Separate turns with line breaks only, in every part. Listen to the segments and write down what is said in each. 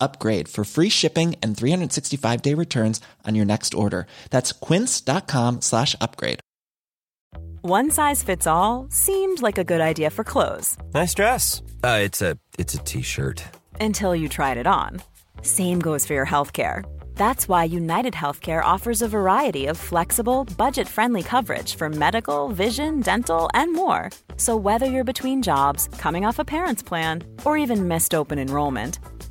upgrade for free shipping and 365-day returns on your next order. That's quince.com slash upgrade.
One size fits all seemed like a good idea for clothes
Nice dress. Uh, it's a it's a t-shirt.
until you tried it on. Same goes for your healthcare. That's why United Healthcare offers a variety of flexible, budget friendly coverage for medical, vision, dental, and more. So, whether you're between jobs, coming off a parent's plan, or even missed open enrollment,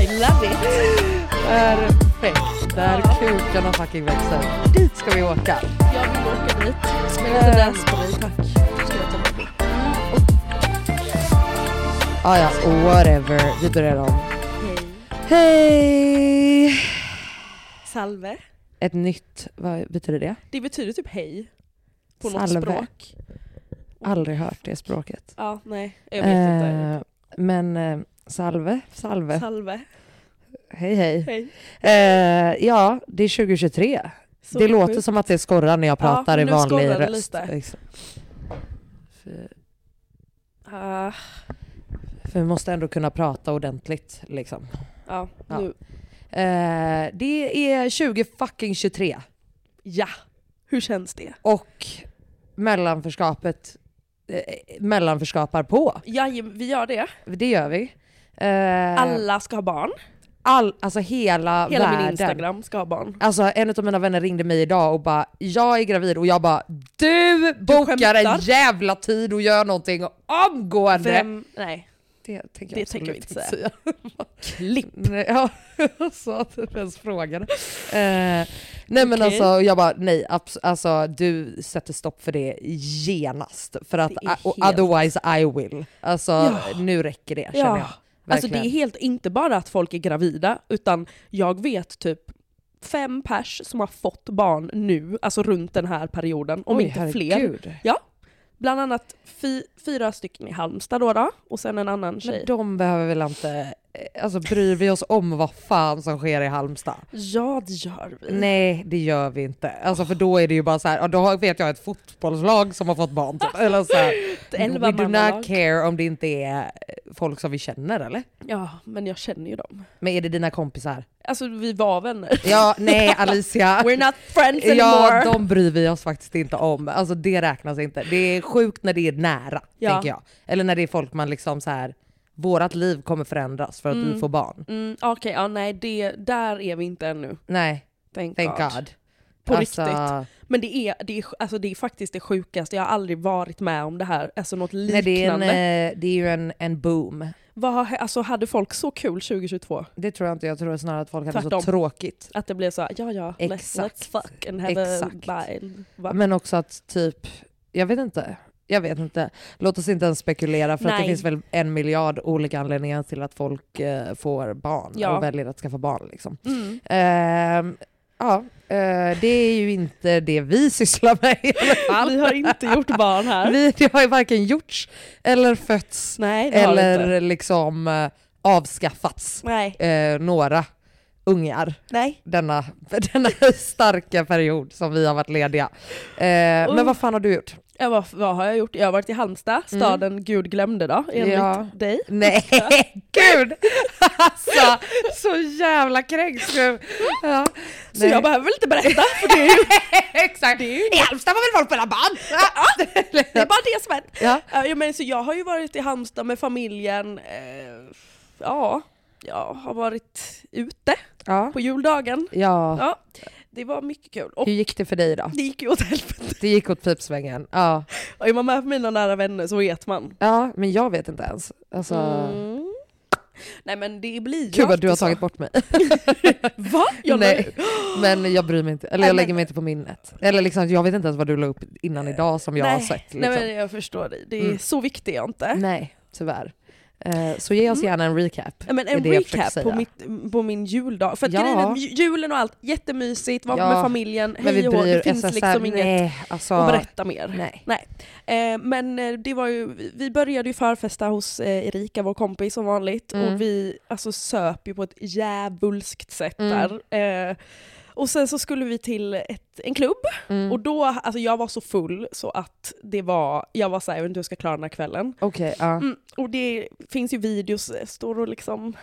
I love it!
Perfekt. Där kukarna fucking växer. Dit ska vi åka.
Jag vill åka dit.
Men inte dansband.
Ska jag ta med mig?
Ah, ja, whatever. Vi börjar om. Hej!
Salve.
Ett nytt, vad betyder det?
Det betyder typ hej. På något
Salve.
språk.
Aldrig hört det språket.
Ja, nej. Jag vet inte.
Eh, Men eh, salve, salve.
Salve.
hej hej.
Hej.
Eh, ja, det är 2023.
Så
det låter
sjukt.
som att det skorrar när jag
Ja,
pratar i
nu
vanlig
skorrar det
röst.
lite.
Liksom. För,
Ah,
för vi måste ändå kunna prata ordentligt. Liksom.
ja,
Ja.
nu.
Eh, det är 20 fucking 23
Ja. Hur känns det?
och mellanförskapet eh, mellanförskapar på.
Jajem, vi gör det.
Det gör vi. Eh,
Alla ska ha barn.
all, alltså hela,
Hela
världen.
min Instagram ska ha barn.
Alltså en av mina vänner ringde mig idag och bara “jag är gravid” och jag bara “du bokar en
skämtar?"
jävla tid och gör någonting omgående”.
Vem? Nej.
Det tänker
Det
jag absolut
tänker vi inte säga.
Klipp! Nej, ja, jag sa att jag ens frågade. Eh, nej men
Okej.
alltså jag bara nej, abs- alltså, du sätter stopp för det genast. För att
Det är
och
helt-
otherwise I will. Alltså
Ja.
nu räcker det känner
Ja.
jag.
Alltså
Verkligen.
det är helt, inte bara att folk är gravida, utan jag vet typ fem pers som har fått barn nu, alltså runt den här perioden, om
Oj,
inte fler.
herregud.
Bland annat fi, fyra stycken i Halmstad då, då och sen en annan tjej.
Men de behöver väl inte, alltså bryr vi oss om vad fan som sker i Halmstad?
Ja det gör vi.
Nej det gör vi inte. Alltså för då är det ju bara så här, ja, då har- vet jag ett fotbollslag som har fått barn typ. Eller så här, we do not
Elvamannalag.
care om det inte är eh, folk som vi känner eller?
Ja, men jag känner ju dem.
Men är det dina kompisar?
Alltså vi var vänner.
Ja, nej Alicia.
We're not friends
Ja,
anymore.
de bryr vi oss faktiskt inte om. Alltså det räknas inte. Det är sjukt när det är nära,
Ja.
tänker jag. Eller när det är folk man liksom så här. vårat liv kommer förändras för att vi får barn.
Mm, Okej, ja, nej det, där är vi inte ännu.
Nej,
Thank,
thank
God.
God. Alltså,
På riktigt. Men det är, det, är, alltså det är faktiskt det sjukaste, jag har aldrig varit med om det här, alltså något
Nej,
liknande.
det, är en, eh, det är ju en, en boom.
Vad har, alltså hade folk så kul 2022?
Det tror jag inte. Jag tror snarare att folk hade
Tvärtom.
så tråkigt.
Att det blev så här, ja ja, let's,
Exakt.
let's fuck and have
Exakt.
a bile. Va?
Men också att typ, jag vet inte. Jag vet inte. Låt oss inte ens spekulera för att det
Nej.
finns väl en miljard olika anledningar till att folk eh, får barn
Ja.
och väljer att skaffa barn. Liksom.
Mm.
Ehm, ja, eh, det är ju inte det vi sysslar med i alla fall.
Vi har inte gjort barn här.
Vi, det har ju varken gjorts eller fötts
Nej det har vi inte.
eller liksom eh, avskaffats
Nej.
eh, några ungar
Nej.
denna, denna starka period som vi har varit lediga. Eh,
Uh.
Men vad fan har du gjort?
Ja, vad, vad har jag gjort? Jag har varit i Halmstad, staden Gud glömde då, enligt
Mm. Ja.
dig.
Nej, gud! Alltså, så jävla kränkt nu. Ja.
Så
Nej.
jag behöver inte berätta, för det är ju
Exakt! I Halmstad var väl folk på alla barn?
det är bara det som händer.
Ja.
Ja. jag men, så jag har ju varit i Halmstad med familjen, eh, ja, jag har varit ute
Ja.
på juldagen.
ja.
Ja, det var mycket kul. Och
Hur gick det för dig då?
det gick ju åt helvete.
Det gick åt pipsvängen. Ja.
Och Är man med mina nära vänner så vet man.
ja, men jag vet inte ens. Alltså,
Mm. Nej men det blir ju
Gud vad
alltid
du har
så.
tagit bort mig.
Va? Jag
Nej, men jag bryr mig inte. Eller
Nej,
jag
men-
lägger mig inte på minnet. Eller liksom, jag vet inte ens vad du la upp innan idag som jag har
nej.
sett.
Nej
Liksom.
men jag förstår dig, det är
Mm.
så viktigt jag inte.
Nej, tyvärr. Eh, Så ge
Mm.
oss gärna en recap.
Ja, Men
är
en
det jag försöker
recap på,
säga.
mitt, på min juldag. För att
Ja.
grejen är att ju- julen och allt, jättemysigt, var
Ja,
med familjen,
Men vi
hej och hå.
bryr
Det finns
alltså, så här,
liksom inget
nej, alltså,
att berätta mer.
Nej.
Eh, men eh, det var ju, vi- vi började ju förfesta hos eh, Erika, vår kompis som vanligt,
Mm.
och vi alltså, söp ju på ett djävulskt sätt
Mm.
där. Eh, och sen så skulle vi till ett, en klubb,
Mm.
och då, alltså jag var så full så att det var, jag var såhär, jag vet inte hur jag ska klara den här kvällen.
Okej, ja.
Mm, och det finns ju videos, eh, står och liksom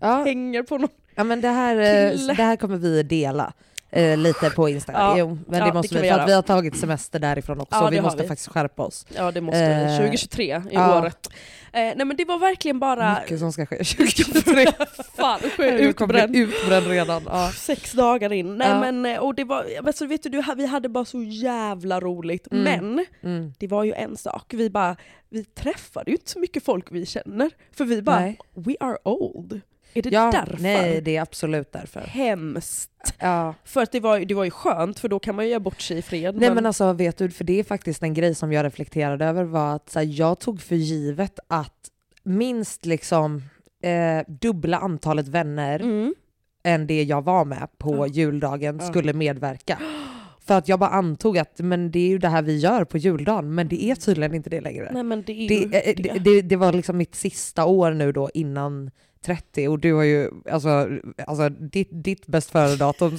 ja.
hänger på någon.
Ja, men det här, eh,
Kille.
det här kommer vi dela. eh, lite på Instagram.
Ja.
Jo, men
Ja,
det
det
måste
kan
vi,
vi
för
göra.
att vi har tagit semester därifrån också.
Ja,
vi
det har
måste
vi.
faktiskt skärpa oss.
Ja det måste vi.
Eh,
2023 är
ja.
året. Eh, nej men det var verkligen bara...
Mycket som ska ske 2023.
Fan,
Jag kommer
utbränd.
bli utbränd redan. Ja.
Sex dagar in. Nej,
Ja.
men, eh, och det var, alltså, vet du, du, vi hade bara så jävla roligt.
Mm.
Men
Mm.
det var ju en sak, vi, bara, vi träffade ju inte så mycket folk vi känner. För vi bara,
Nej.
we are old. Är det
Ja,
därför?
nej, det är absolut därför.
Hemskt.
Ja.
För att det var, ju- det var ju skönt, för då kan man ju göra bort sig i fred.
Nej men alltså vet du, för det är faktiskt en grej som jag reflekterade över var att så här, jag tog för givet att minst liksom eh, dubbla antalet vänner
mm.
än det jag var med på
Ja.
juldagen
Ja.
skulle medverka. För att jag bara antog att men det är ju det här vi gör på juldagen, men det är tydligen inte det längre.
nej men det är
det,
ju
eh, det, det, det var liksom mitt sista år nu då innan 30 och du har ju, alltså, alltså ditt, ditt bäst före-datum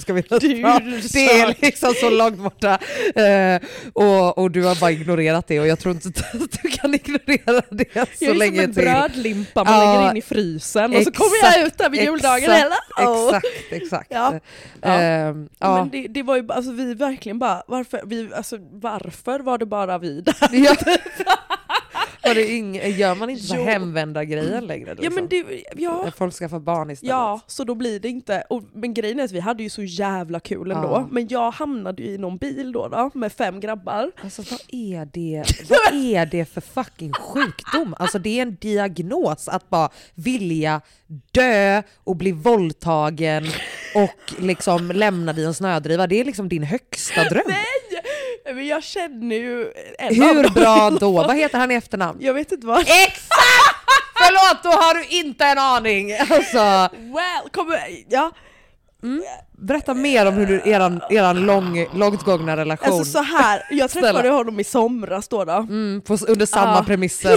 ska vi inte
Du
dra. Det är
söker.
liksom så långt borta. Eh, och, och du har bara ignorerat det och jag tror inte att du kan ignorera det så
jag är
länge
som en
till.
brödlimpa man
Ja,
lägger in i frysen och så kommer
exakt,
jag ut där vid juldagen.
exakt,
Hello!
Exakt, exakt.
Ja. Ja.
Ehm, ja.
Men det, det var ju bara- alltså vi verkligen bara, varför, vi, alltså, varför var det bara vi där?
Ja. Var det ing- gör man inte så
Jo.
hemvända grejer längre? Liksom?
Ja men det, ja,
När Folk skaffar barn istället.
ja, så då blir det inte, och, men grejen är att vi hade ju så jävla kul ändå.
Ja.
Men jag hamnade ju i någon bil då, då med fem grabbar.
Alltså vad är, det, vad är det för fucking sjukdom? Alltså det är en diagnos att bara vilja dö och bli våldtagen och liksom lämnad i en snödriva. Det är liksom din högsta dröm.
Nej! Men jag känner ju en av
Hur
dem.
bra Eh! då? Vad heter han i efternamn?
Jag vet inte vad.
Exakt! Förlåt, då har du inte en aning! Alltså,
Well, kommer, ja.
berätta mer om hur du, eran, eran lång, långt gångna relation
Alltså så här, jag
Snälla.
träffade honom i somras då. då.
Mm, på, under samma
Ja.
premisser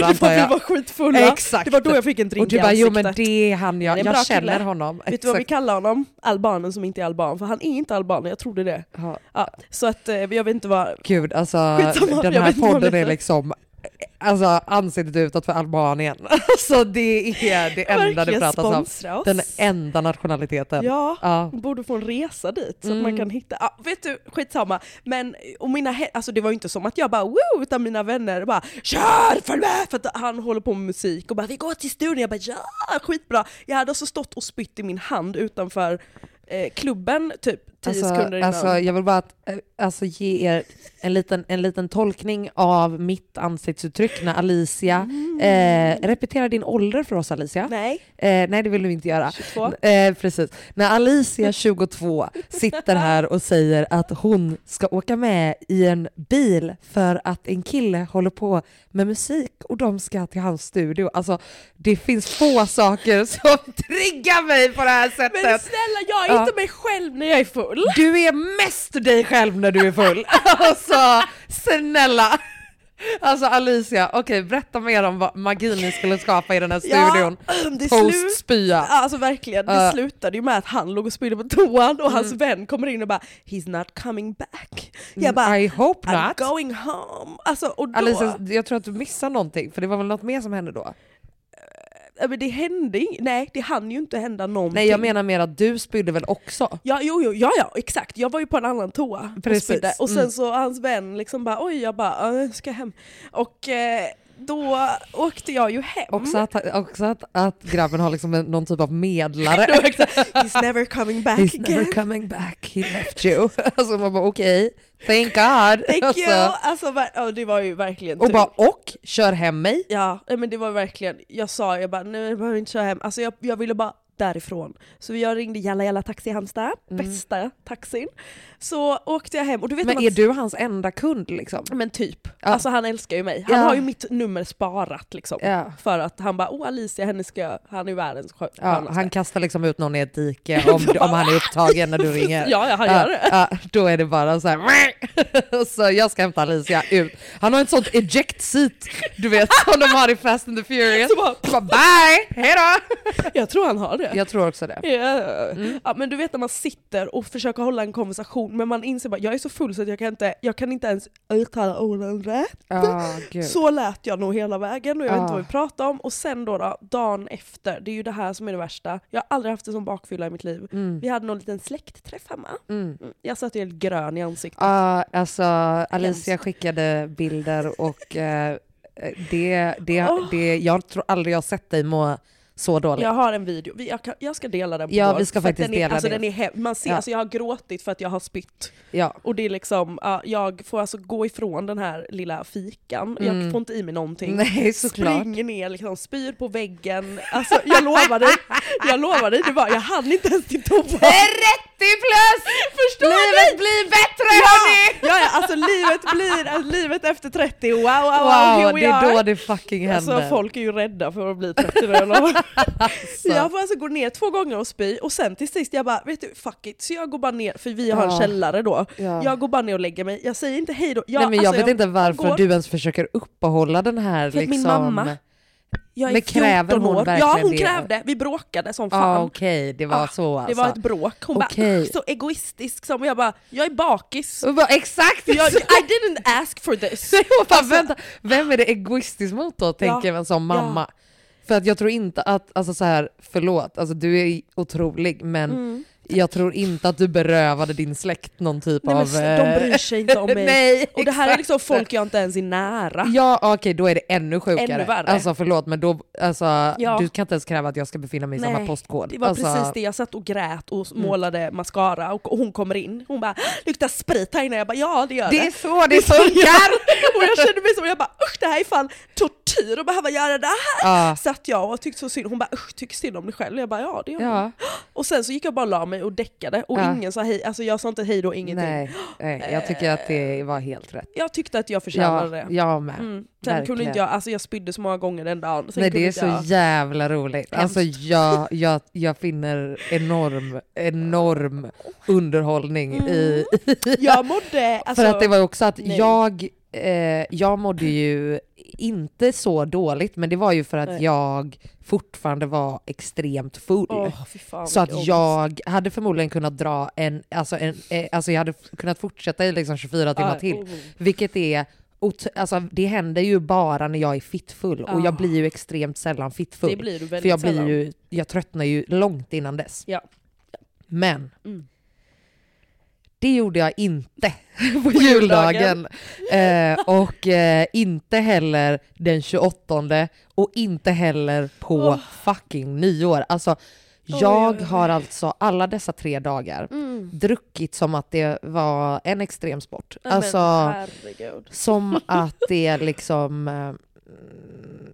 Det
antar
var, vi
jag.
var skitfulla.
Exakt.
Det var då jag fick en drink
Och du
i
bara, jo
ansiktet.
men det är han
Han
jag,
är en
jag
bra
känner
kille.
honom.
Vet du vad vi kallar honom? Albanen som inte är alban, för han är inte alban, jag trodde det.
Ja,
Ja, så att eh, jag vet inte vad...
Gud alltså,
Skitsamma,
den
jag
här
vet inte vad
podden
det
är
är.
liksom alltså, ansiktet utåt för Albanien. Alltså det är det enda det
Verkligen
pratas om.
sponsra oss.
Den enda nationaliteten.
Ja,
Ja.
borde få en resa dit så
Mm.
att man kan hitta... Ja, vet du, skitsamma. Men och mina he- alltså, det var ju inte som att jag bara woo, utan mina vänner bara kör följ med! För att han håller på med musik och bara vi går till studion. Jag bara ja, skitbra. Jag hade alltså stått och spytt i min hand utanför eh, klubben typ 10
Alltså,
sekunder innan.
alltså, jag vill bara att, eh, alltså, ge er en liten, en liten tolkning av mitt ansiktsuttryck när Alicia... Eh, repetera din ålder för oss Alicia.
Mm. Nej,
Eh, nej det vill du inte göra.
22.
Eh, precis. När Alicia, 22, sitter här och säger att hon ska åka med i en bil för att en kille håller på med musik och de ska till hans studio. Alltså, det finns få saker som triggar mig på det här
Men
sättet.
snälla jag är
Ja.
inte mig själv när jag är full.
Du är mest dig själv när du är full. Alltså, snälla. Alltså Alicia, okej berätta mer om vad magin ni skulle skapa i den här
Ja,
studion.
det slut-
Post spya.
Alltså verkligen, det
Ja. Mm.
slutade ju med att han låg och spydde på toan och hans vän kommer in och bara “He's not coming back”. Jag bara
I hope
“I'm
not.
going home”. Alltså, och då,
Alicia, jag tror att du missar någonting, för det var väl något mer som hände då?
Ja, men det hände ing- nej det hann ju inte hända någonting.
Nej jag menar mer att du spydde väl också?
Ja, jo, jo, ja, ja, exakt. Jag var ju på en annan toa
Precis.
och spydde. Och sen
Mm.
så hans vän liksom bara oj, jag bara "Ja, jag ska hem. Och eh, då åkte jag ju hem.
Också att, också att, att grabben har liksom en, någon typ av medlare.
Det var exakt, He's never coming back
He's
again.
never coming back, he left you. Alltså man bara okej, thank god.
Thank
alltså,
you! Alltså, ver- ja, det var ju verkligen
Och
tur.
bara och, kör hem mig.
Ja, nej, men det var verkligen, jag sa jag bara nu behöver vi inte köra hem, alltså jag, jag ville bara därifrån. Så jag ringde Jalla Jalla Taxi i Halmstad, bästa taxin. Så åkte jag hem och du vet
Mm. Men
man-
är du hans enda kund liksom?
Men typ. Alltså han älskar ju mig. Han
Ja.
har ju mitt nummer sparat liksom.
Ja.
För att han bara, åh Alicia, henne ska jag, han är världens skö-
Ja,
skönaste.
han kastar liksom ut någon i ett dike om, om han är upptagen när du ringer.
Ja, ja, han gör det.
Ja, då är det bara så här. Så jag ska hämta Alicia ut. Han har ett sånt eject seat, du vet, som de har i Fast and the Furious.
Så bara-
bara, bye, hejdå!
Jag tror han har det.
Jag tror också det.
Ja.
Mm.
Ja, men du vet när man sitter och försöker hålla en konversation men man inser bara jag är så full så att jag kan inte, jag kan inte ens uttala orden rätt.
Ja, gud. Ah.
Så lät jag nog hela vägen och jag vet inte
Ja.
vad vi pratade om. Och sen då, då, dagen efter, det är ju det här som är det värsta. Jag har aldrig haft en sån bakfylla i mitt liv.
Mm.
Vi hade någon liten släktträff hemma. Mm. Jag satt helt grön i ansiktet.
Ja, alltså Alicia skickade bilder och eh, det, det,
Åh.
det, jag tror aldrig jag har sett dig må så dåligt.
Jag har en video, Vi- jag, kan, jag ska dela den på
Ja,
vår,
vi ska
för att
faktiskt
den är,
dela
alltså,
det.
den. Är hem, man ser,
Ja.
alltså, jag har gråtit för att jag har spytt.
Ja.
Och det är liksom, ja, jag får alltså gå ifrån den här lilla fikan, jag får inte i mig någonting.
Mm. Nej, såklart.
Springer ner, liksom, spyr på väggen. Alltså, jag lovar dig, jag lovar dig, det var, jag hann inte ens till toan.
30 plus!
Förstår
Livet
ni?
blir bättre hörni!
Ja, ja, alltså livet blir, alltså, livet efter 30, wow, wow, wow, here
Wow,
we
det är
are.
då det fucking händer.
Alltså folk är ju rädda för att bli 30 då, jag lovar. Jag får alltså gå ner två gånger och spy och sen till sist jag bara vet du fuck it, så jag går bara ner, för vi har en
Ja.
källare då.
Ja.
Jag går bara ner och lägger mig, jag säger inte hej då. Jag,
Nej, men jag
alltså,
vet inte varför
går-
du ens försöker uppehålla den här
För att
liksom...
min mamma jag är
Men kräver
14
hon
år.
verkligen
Ja hon
det?
krävde, vi bråkade som
Ja
fan.
okej, det var
Ah,
så alltså.
Det var ett bråk, hon bara
Okej.
"Ugh, så egoistisk som, jag bara jag är bakis.
Och bara, Exakt!
Jag,
så.
I didn't ask for this.
Och bara, vänta, vem är det egoistiskt mot då, tänker
alltså- Ja,
en sån mamma. För att jag tror inte att, alltså så här, förlåt, alltså du är otrolig men
Mm.
jag tror inte att du berövade din släkt någon typ
Nej, men,
av...
s- de bryr sig inte om mig.
Nej,
och det här är
exakt.
liksom folk jag inte ens är nära.
Ja okej, då är det ännu sjukare.
Ännu värre.
Alltså förlåt men då, alltså,
Ja.
du kan inte ens kräva att jag ska befinna mig i samma liksom, postkod.
Det var
alltså, Mm.
precis det, jag satt och grät och målade mascara och, och hon kommer in, hon bara "Ah, “luktar sprit här inne”, jag bara “ja det gör det”.
Det är så det funkar!
och jag kände mig som, jag bara usch det här är fan tortyr att behöva göra det här.
Ja.
Satt jag och tyckte så synd, hon bara usch tyck synd om dig själv, jag bara ja det gör jag.
Ja.
Och sen så gick jag bara och la mig och däckade och
Ja.
ingen sa hej, alltså jag sa inte hej då, ingenting.
Nej, nej, jag tycker att det var helt rätt.
Jag tyckte att jag
Ja,
förtjänade det.
jag med.
Mm. Sen kunde
Verkligen.
inte jag, alltså jag spydde så många gånger den dagen. Sen
Nej
kunde
det är
inte
så
jag...
jävla roligt. Alltså jag, jag, jag finner enorm, enorm underhållning i...
jag mådde, Mm. alltså,
För att det var ju också att
nej.
jag, eh, jag mådde ju inte så dåligt men det var ju för att
Nej.
jag fortfarande var extremt full.
Åh, fy fan,
Så
vilken
att jag hade förmodligen kunnat dra en, alltså, en, eh, alltså jag hade f- kunnat fortsätta i liksom 24 timmar
Ja,
till.
oh.
Vilket är, ot- alltså det händer ju bara när jag är fittfull och jag blir ju extremt sällan fittfull.
Ah. Det blir du väldigt
för jag, blir
sällan.
ju, jag tröttnar ju långt innan dess.
Ja. Mm.
Men det gjorde jag inte på juldagen. Eh, och eh, inte heller den 28 och inte heller på fucking nyår. Alltså, jag har alltså alla dessa tre dagar
Mm.
druckit som att det var en extrem sport. alltså,
Men herregud.
som att det liksom... eh,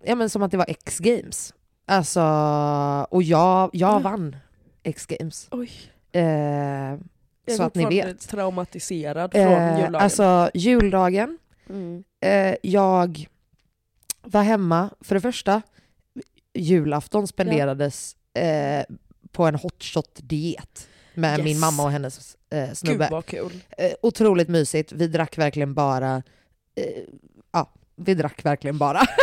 Ja men som att det var X-games. Alltså, och jag, jag vann X-games.
Oj.
Eh,
Jag är
så att ni
fortfarande
vet.
traumatiserad från
Eh,
juldagen.
alltså juldagen,
Mm.
eh, jag var hemma, för det första, julafton spenderades eh, på en hot shot-diet med
Yes.
min mamma och hennes eh,
Gud
snubbe.
vad kul.
Eh, otroligt mysigt, vi drack verkligen bara eh, ja, vi drack verkligen bara.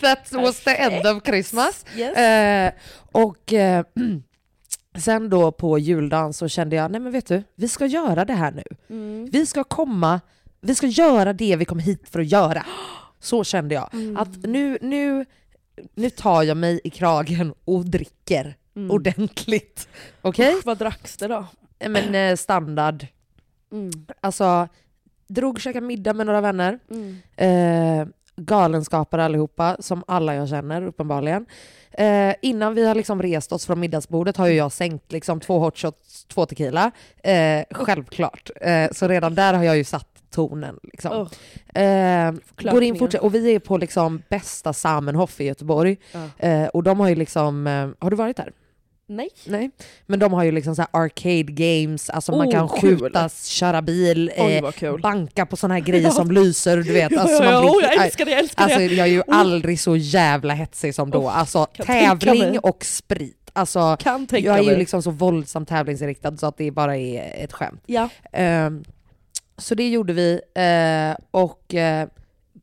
That was the end of Christmas.
Yes.
Eh, och eh, sen då på juldagen så kände jag, nej men vet du, vi ska göra det här nu.
Mm.
Vi ska komma, vi ska göra det vi kom hit för att göra. Så kände jag. Att nu, nu, nu tar jag mig i kragen och dricker ordentligt. Okej?
Vad dracks det då?
Eh, Men eh, standard.
Mm.
Alltså, drog, käkade middag med några vänner.
Mm.
Eh, galenskaper allihopa, som alla jag känner uppenbarligen. Eh, innan vi har liksom rest oss från middagsbordet har ju jag sänkt liksom två hot shots, två tequila. Eh, självklart. Eh, så redan där har jag ju satt tonen. Liksom.
Oh.
Eh, går in
Förklaringen.
fortsatt, och vi är på liksom bästa Samenhof i Göteborg.
Ja.
Eh, och de har ju liksom, eh, har du varit där?
Nej.
Nej, men de har ju liksom så här arcade games, alltså man
Oh,
kan
kul.
skjuta, köra bil,
Oj,
eh,
vad kul.
banka på sådana här grejer som lyser, du vet.
Ja,
Alltså,
ja,
man
ja.
blir-
Oh, jag älskar det, jag älskar
Alltså
det.
jag är ju aldrig så jävla hetsig som då.
Oh,
alltså
kan tänka
tävling
mig.
och sprit. Alltså,
Kan tänka
jag är ju
mig.
liksom så våldsamt tävlingsinriktad så att det bara är ett skämt.
Ja.
Ehm, så det gjorde vi eh, och eh,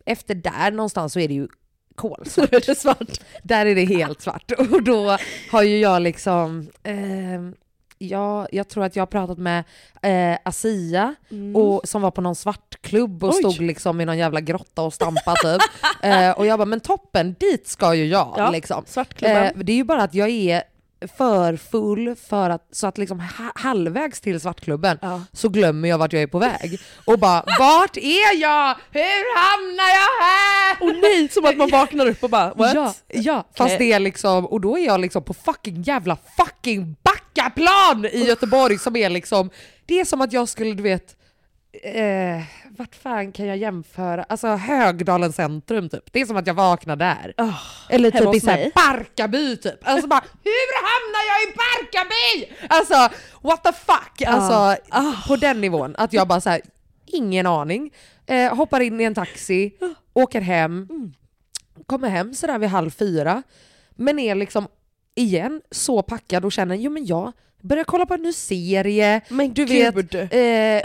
efter där någonstans så är det ju kolsvart. är svart. Där är det helt svart. Och då har ju jag liksom, ehm, jag, jag tror att jag har pratat med eh, Asia
Mm.
och, som var på någon svartklubb och
Oj.
stod liksom i någon jävla grotta och stampade typ. eh, och jag bara, men toppen, dit ska ju jag.
Ja,
liksom.
Svartklubben.
Eh, det är ju bara att jag är för full för att, så att liksom ha, halvvägs till Svartklubben
Ja.
så glömmer jag vart jag är på väg. Och bara vart är jag? Hur hamnar jag här?
Och nej, som att man vaknar upp och bara what?
Ja, ja, fast
Nej.
det är liksom, och då är jag liksom på fucking jävla fucking Backaplan i Göteborg som är liksom, det är som att jag skulle du vet, eh, vart fan kan jag jämföra, alltså Högdalen centrum typ, det är som att jag vaknar där. Eller
hemma
typ i
hos
så här
mig.
Barkarby typ, alltså bara hur hamnar jag i Barkarby? Alltså what the fuck, alltså
Ah.
på den nivån att jag bara så här, ingen aning, eh, hoppar in i en taxi, åker hem,
Mm.
kommer hem sådär vid halv fyra, men är liksom igen så packad och känner, jo men jag börjar kolla på en ny serie,
Men
du
gud.
vet, eh, eh,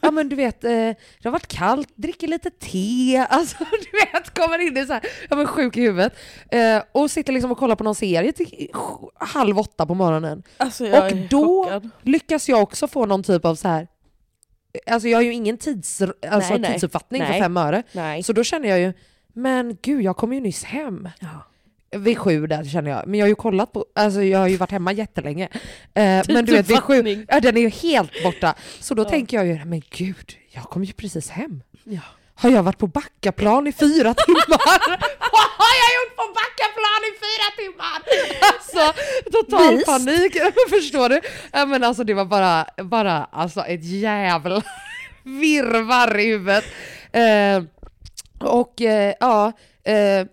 ja men du vet, eh, det har varit kallt, dricker lite te, alltså du vet, kommer in i så här, ja men sjuk i huvudet, eh, och sitter liksom och kollar på någon serie till sj- halv åtta på morgonen.
Alltså, jag
och
är
då
chockad.
lyckas jag också få någon typ av så här Alltså jag har ju ingen tids, alltså
Nej, nej.
tidsuppfattning för
Nej.
fem öre.
Nej.
Så då känner jag ju, men gud jag kom ju nyss hem. Vid sju där känner jag, men jag har ju kollat på, alltså jag har ju varit hemma jättelänge. Eh, men du vet vid sju,
Tidsuppfattning.
ja, den är ju helt borta. Så då tänker jag ju, men gud, jag kom ju precis hem. Har jag varit på Backaplan i fyra timmar? Vad har jag gjort på Backaplan i fyra timmar? Alltså total
Beast.
panik, förstår du? Ja, men alltså det var bara, bara alltså ett jävla virrvarr i huvudet. Eh, och eh, ja, eh,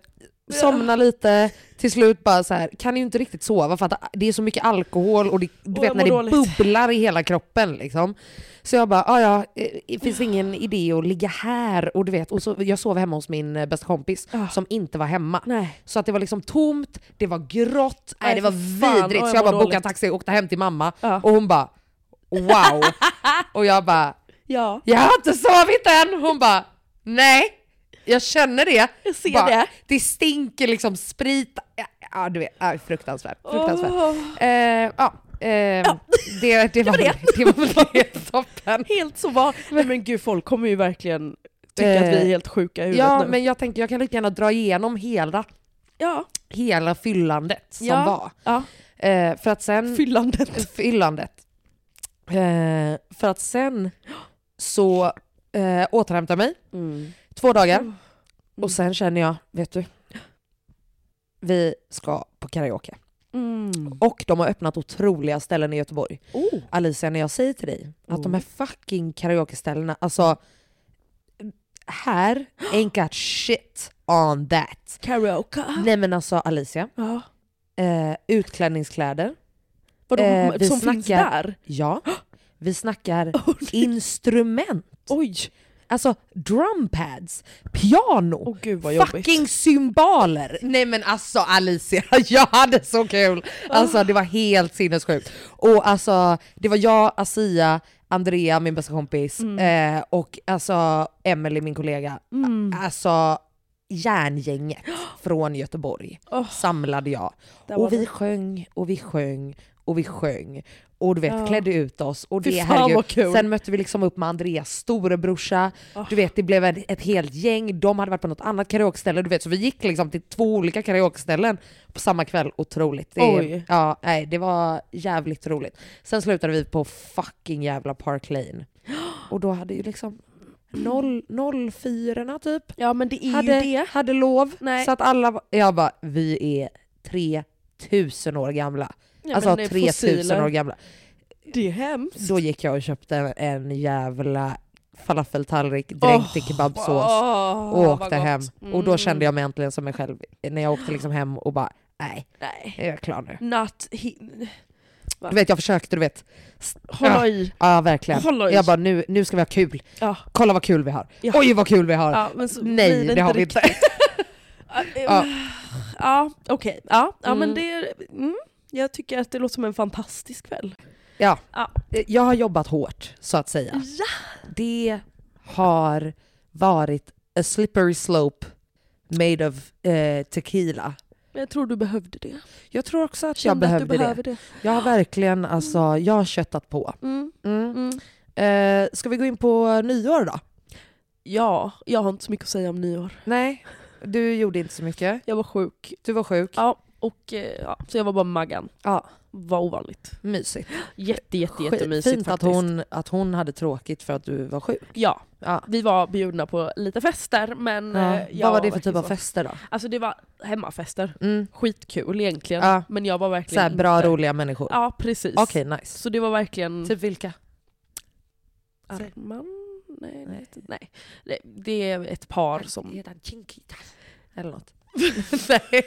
somna lite, till slut bara så här, kan ju inte riktigt sova för att det är så mycket alkohol och det, du
Och
vet
jag
när det
mår dåligt.
bubblar i hela kroppen liksom. Så jag bara, "Ah, ja, eh, det finns ingen idé att ligga här och du vet, och så, jag sov hemma hos min eh, bästa kompis som inte var hemma.
Ah. Nej.
Så att det var liksom tomt, det var grått, nej,
Nej,
det var
fy fan,
vidrigt.
och jag
så jag
mår
bara bokade
dåligt.
en taxi och åkte hem till mamma
Ja.
och hon bara wow. och jag bara
Ja.
jag har inte sovit än! Hon bara, nej, jag känner det.
Jag ser
bara,
det.
Det stinker liksom sprit. Ja, Ja, du vet, ja, fruktansvärt. fruktansvärt.
Åh.
Eh, ja, eh, Det, det, var
det.
väl- det var väl det. Toppen.
Helt så Eh, var Nej men gud, folk kommer ju verkligen tycka att vi är helt sjuka i huvudet
Ja,
nu.
men jag tänker jag kan lika gärna dra igenom hela,
ja.
hela fyllandet som
ja.
var.
Ja.
Eh, för att
Mm.
sen...
Fyllandet.
fyllandet. Eh, för att sen så eh, återhämtar jag mig.
Mm.
Två dagar. Och sen känner jag, vet du, vi ska på karaoke.
Mm.
Och de har öppnat otroliga ställen i Göteborg.
Oh.
Alicia, när jag säger till dig att de här fucking karaokeställena, alltså här ain't got shit on that.
Karaoke.
Nej men alltså Alicia,
Ja.
eh, utklädningskläder,
Vadå,
Eh, vi
som finns
snackar-
där?
Ja, vi snackar instrument.
Oj!
Alltså drumpads, piano,
Åh, gud, vad jobbigt.
fucking cymbaler. Nej men alltså Alicia, jag hade så kul! Alltså det var helt sinnessjukt. Och alltså det var jag, Asia, Andrea, min bästa kompis,
Mm.
eh, och alltså Emily min kollega. Alltså järngänget från Göteborg samlade jag.
Där var
Och
vi.
vi sjöng och vi sjöng och vi sjöng. Och du vet, klädde ut oss. Och
Fy
det,
fan,
herregud.
vad kul.
Sen mötte vi liksom upp med Andreas storebrorsa. Du vet, det blev ett, ett helt gäng. De hade varit på något annat karaokeställe. Du vet, så vi gick liksom till två olika karaokeställen på samma kväll. Otroligt. Det,
Oj.
Ja, nej, det var jävligt roligt. Sen slutade vi på fucking jävla Park Lane. Och då hade ju liksom 04 typ
Ja men det är
hade,
ju det.
hade lov.
Nej.
Så att alla, var- jag bara, vi är 3000 år gamla.
Ja,
alltså
men det är
3000
fossiler.
år gamla.
Det är hemskt.
Då gick jag och köpte en jävla falafeltallrik dränkt i
Alltså,
kebabsås
Åh,
och åkte
vad
hem.
gott.
Och då
Mm.
kände jag mig äntligen som mig själv. När jag åkte liksom hem och bara, nej,
Nej.
jag är klar nu.
Not hi-
Du vet jag försökte, du vet.
Hålla i.
Ja verkligen.
Hålla i.
Jag bara, nu, nu ska vi ha kul.
Ja.
Kolla vad kul vi har.
Ja.
Oj vad kul vi har.
Ja, men så blir
nej, det, har vi
riktigt.
inte.
Ja,
Ja.
ja okej. Ja, ja men
Mm.
det är... Mm. Jag tycker att det låter som en fantastisk kväll.
Ja.
Ja.
Jag har jobbat hårt, så att säga.
Ja.
Det har varit a slippery slope made of eh, tequila.
Men Jag tror du behövde det.
Jag tror också att
Kände
jag behövde
att du behöver
det.
det.
Jag har verkligen alltså, jag har köttat på.
Mm.
Mm.
Mm.
Eh, ska vi gå in på nyår då?
Ja, jag har inte så mycket att säga om nyår.
Nej, du gjorde inte så mycket.
Jag var sjuk.
Du var sjuk.
Ja, och, eh, ja, så jag var bara med Maggan.
Ja.
Var ovanligt.
Mysigt.
Jätte, jätte,
Skit-
jättemysigt
Fint att
faktiskt.
hon, att hon hade tråkigt för att du var sjuk.
Ja,
Ja.
vi var bjudna på lite fester men... eh,
Ja.
jag
Vad var det för typ
verkligen
av
så-
fester då?
Alltså det var hemmafester.
Mm.
Skitkul egentligen.
Ja.
Men jag var verkligen
Så här, bra,
inte...
roliga människor.
Ja, precis.
Okej, nice.
Så det var verkligen...
Typ vilka?
Arman? Nej,
Nej.
nej. nej. Det- Det är ett par som...
Eller något.
nej.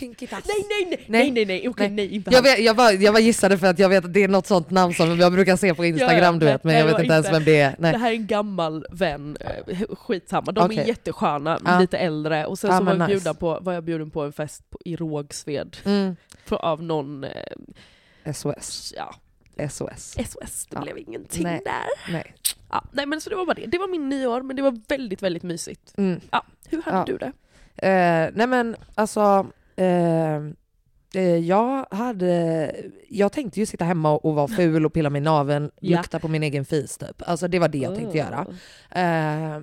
Nej, nej, nej, nej, nej, nej, okej, nej, inte
Jag,
han.
vet, jag, bara, jag bara gissade för att jag vet att det är något sånt namn som jag brukar se på Instagram
Ja, ja,
du vet, men
nej,
jag
det
vet
var
inte ens
inte-
vem det är.
Det
Nej.
här är en gammal vän, eh, skitsamma. De är
Okej.
jättesköna,
Ja.
lite äldre. Och sen
Ja,
så var
men
jag,
nice.
bjuden på, var jag bjuden på en fest på, i Rågsved
Mm.
för, av någon, eh,
SOS.
ja,
SOS.
SOS. Det
Ja.
blev ingenting
Nej.
där.
Nej.
Ja, nej men så det var bara det. Det var min nyår, men det var väldigt, väldigt mysigt.
Mm.
Hur hade
Ja.
du det?
Eh, nej men alltså, eh, eh, jag hade, jag tänkte ju sitta hemma och, och vara ful och pilla mig i naveln,
Ja. Mm.
lukta på min egen fis typ. Alltså det var det jag tänkte
Ah.
göra. Eh,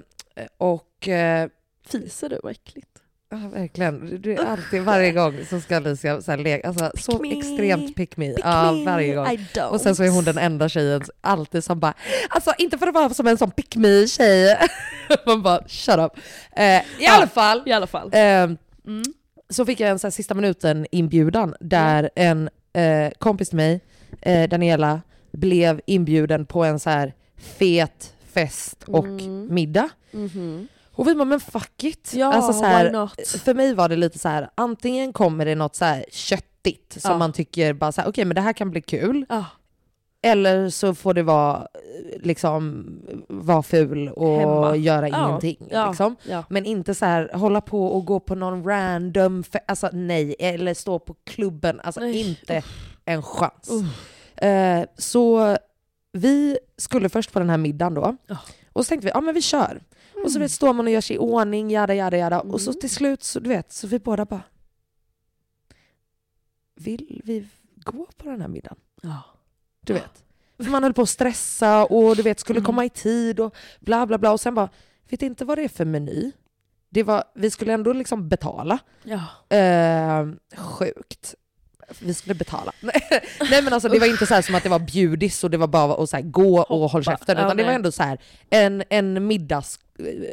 och eh,
Fiser du, vad äckligt.
Ja, verkligen. Du är alltid, varje gång så ska Alicia så här leka. Alltså, så
me.
extremt pick me.
Pick
ja,
me,
varje gång.
I don't.
Och sen så är hon den enda tjejen alltid som bara, alltså inte för att vara som en sån pick me tjej. Man bara shut up. Eh, I alla fall.
I alla fall.
ehm,
Mm.
så fick jag en så här sista minuten inbjudan där en eh, kompis till mig, eh, Daniela, blev inbjuden på en så här fet fest och middag. Och vi bara, men fuck it.
Mm. Ja,
Alltså så här,
why not?
För mig var det lite så här, antingen kommer det något så här köttigt som
Ja.
man tycker bara så här, okej men det här kan bli kul.
Ja.
Eller så får det vara eh, liksom, vara ful och
Hemma.
göra
Ja.
ingenting.
Ja.
Liksom.
Ja.
Men inte så här hålla på och gå på någon random, fe- alltså nej, eller stå på klubben, alltså
Nej.
inte en chans. Eh, så vi skulle först på den här middagen då,
Ja. Mm.
och så tänkte vi, ja men vi kör. Och så du vet, står man och gör sig i ordning, jada jada jada, och så till slut så du vet, så vi båda bara, vill vi gå på den här middagen?
Ja.
Du vet. För man höll på att stressa och du vet, skulle
Mm.
komma i tid och bla bla bla. Och sen bara, vet inte vad det är för meny. Det var, vi skulle ändå liksom betala.
Ja.
Eh, sjukt. Vi skulle betala. nej men alltså det var inte så här som att det var bjudis och det var bara att så här, gå och håll käften.
Ja,
Utan det var
nej.
ändå så här en, en middags,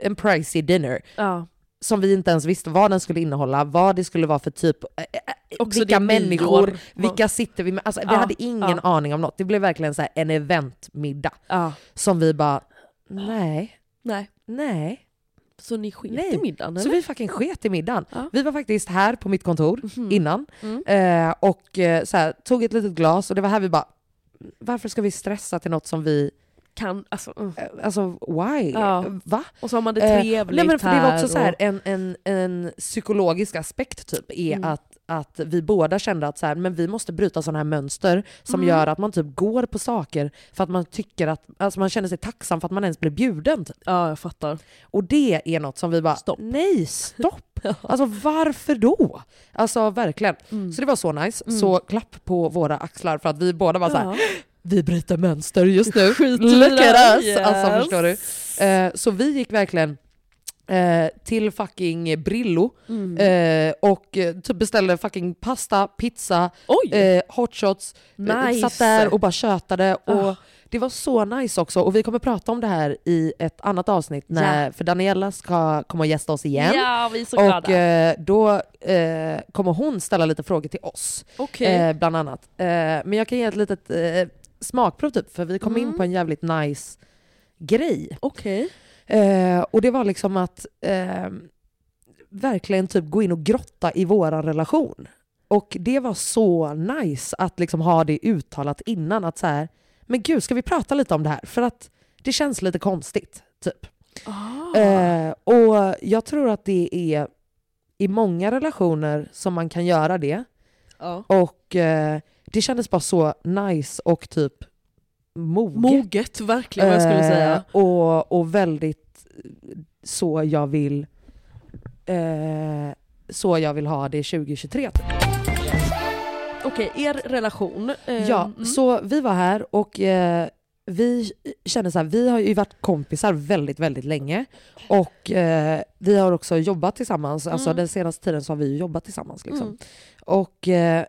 en pricey dinner
ja.
som vi inte ens visste vad den skulle innehålla, vad det skulle vara för typ, eh, eh,
Också
vilka
det
människor,
nyår.
vilka sitter vi med? Alltså, vi
Ja,
hade ingen aning om något. Det blev verkligen så här en eventmiddag som vi
Ah.
bara, nej,
Nej.
nej.
Så ni sket
Nej.
i middagen
Så
eller?
vi fucking sket i middagen.
Ja.
Vi var faktiskt här på mitt kontor
Mm. Mhm.
innan eh, och eh, så här, tog ett litet glas och det var här vi bara, varför ska vi stressa till något som vi
Kan, alltså, mm.
Alltså why?
Ja.
Va?
Och så har man det
Eh,
trevligt
Nej, men för det var också
och-
så här, en, en, en psykologisk aspekt typ är
Mm.
att, att vi båda kände att så här, men vi måste bryta sådana här mönster
Mm.
som gör att man typ går på saker för att man tycker att, alltså man känner sig tacksam för att man ens blir bjuden. Typ.
Ja, jag fattar.
Och det är något som vi bara,
Stopp.
nej stopp! Alltså varför då? Alltså verkligen.
Mm.
Så det var så nice. Så klapp på våra axlar för att vi båda var så här,
Ja.
vi bryter mönster just nu. Look
det.
at us! Alltså
Yes.
förstår du? Eh, så vi gick verkligen eh, till fucking Brillo
Mm.
eh, och eh, typ beställde fucking pasta, pizza,
Oj!
eh, hot shots. Eh,
Nice.
Satt där och bara tjötade. Och
Ah.
Det var så nice också och vi kommer prata om det här i ett annat avsnitt när, för Daniela ska komma och gästa oss igen.
Ja, vi är så
Och
glada.
eh, då eh, kommer hon ställa lite frågor till oss.
Okej.
Eh, bland annat. Eh, men jag kan ge ett litet eh, smakprov typ, för vi kom
Mm.
in på en jävligt nice grej.
Okej.
Eh, och det var liksom att eh, verkligen typ gå in och grotta i våran relation. Och det var så nice att liksom ha det uttalat innan att så här, men gud ska vi prata lite om det här? För att det känns lite konstigt. typ.
Ah.
Eh, och jag tror att det är i många relationer som man kan göra det.
Ja.
Och eh, det kändes bara så nice och typ moget.
Moget, verkligen vad jag skulle säga.
Eh, och, och väldigt så jag vill eh, så jag vill ha det 2023. Typ.
Okej, er relation. eh,
Ja,
mm.
så vi var här och eh, vi kände så här, vi har ju varit kompisar väldigt, väldigt länge och eh, vi har också jobbat tillsammans, alltså
Mm.
den senaste tiden så har vi ju jobbat tillsammans liksom.
Mm.
Och eh,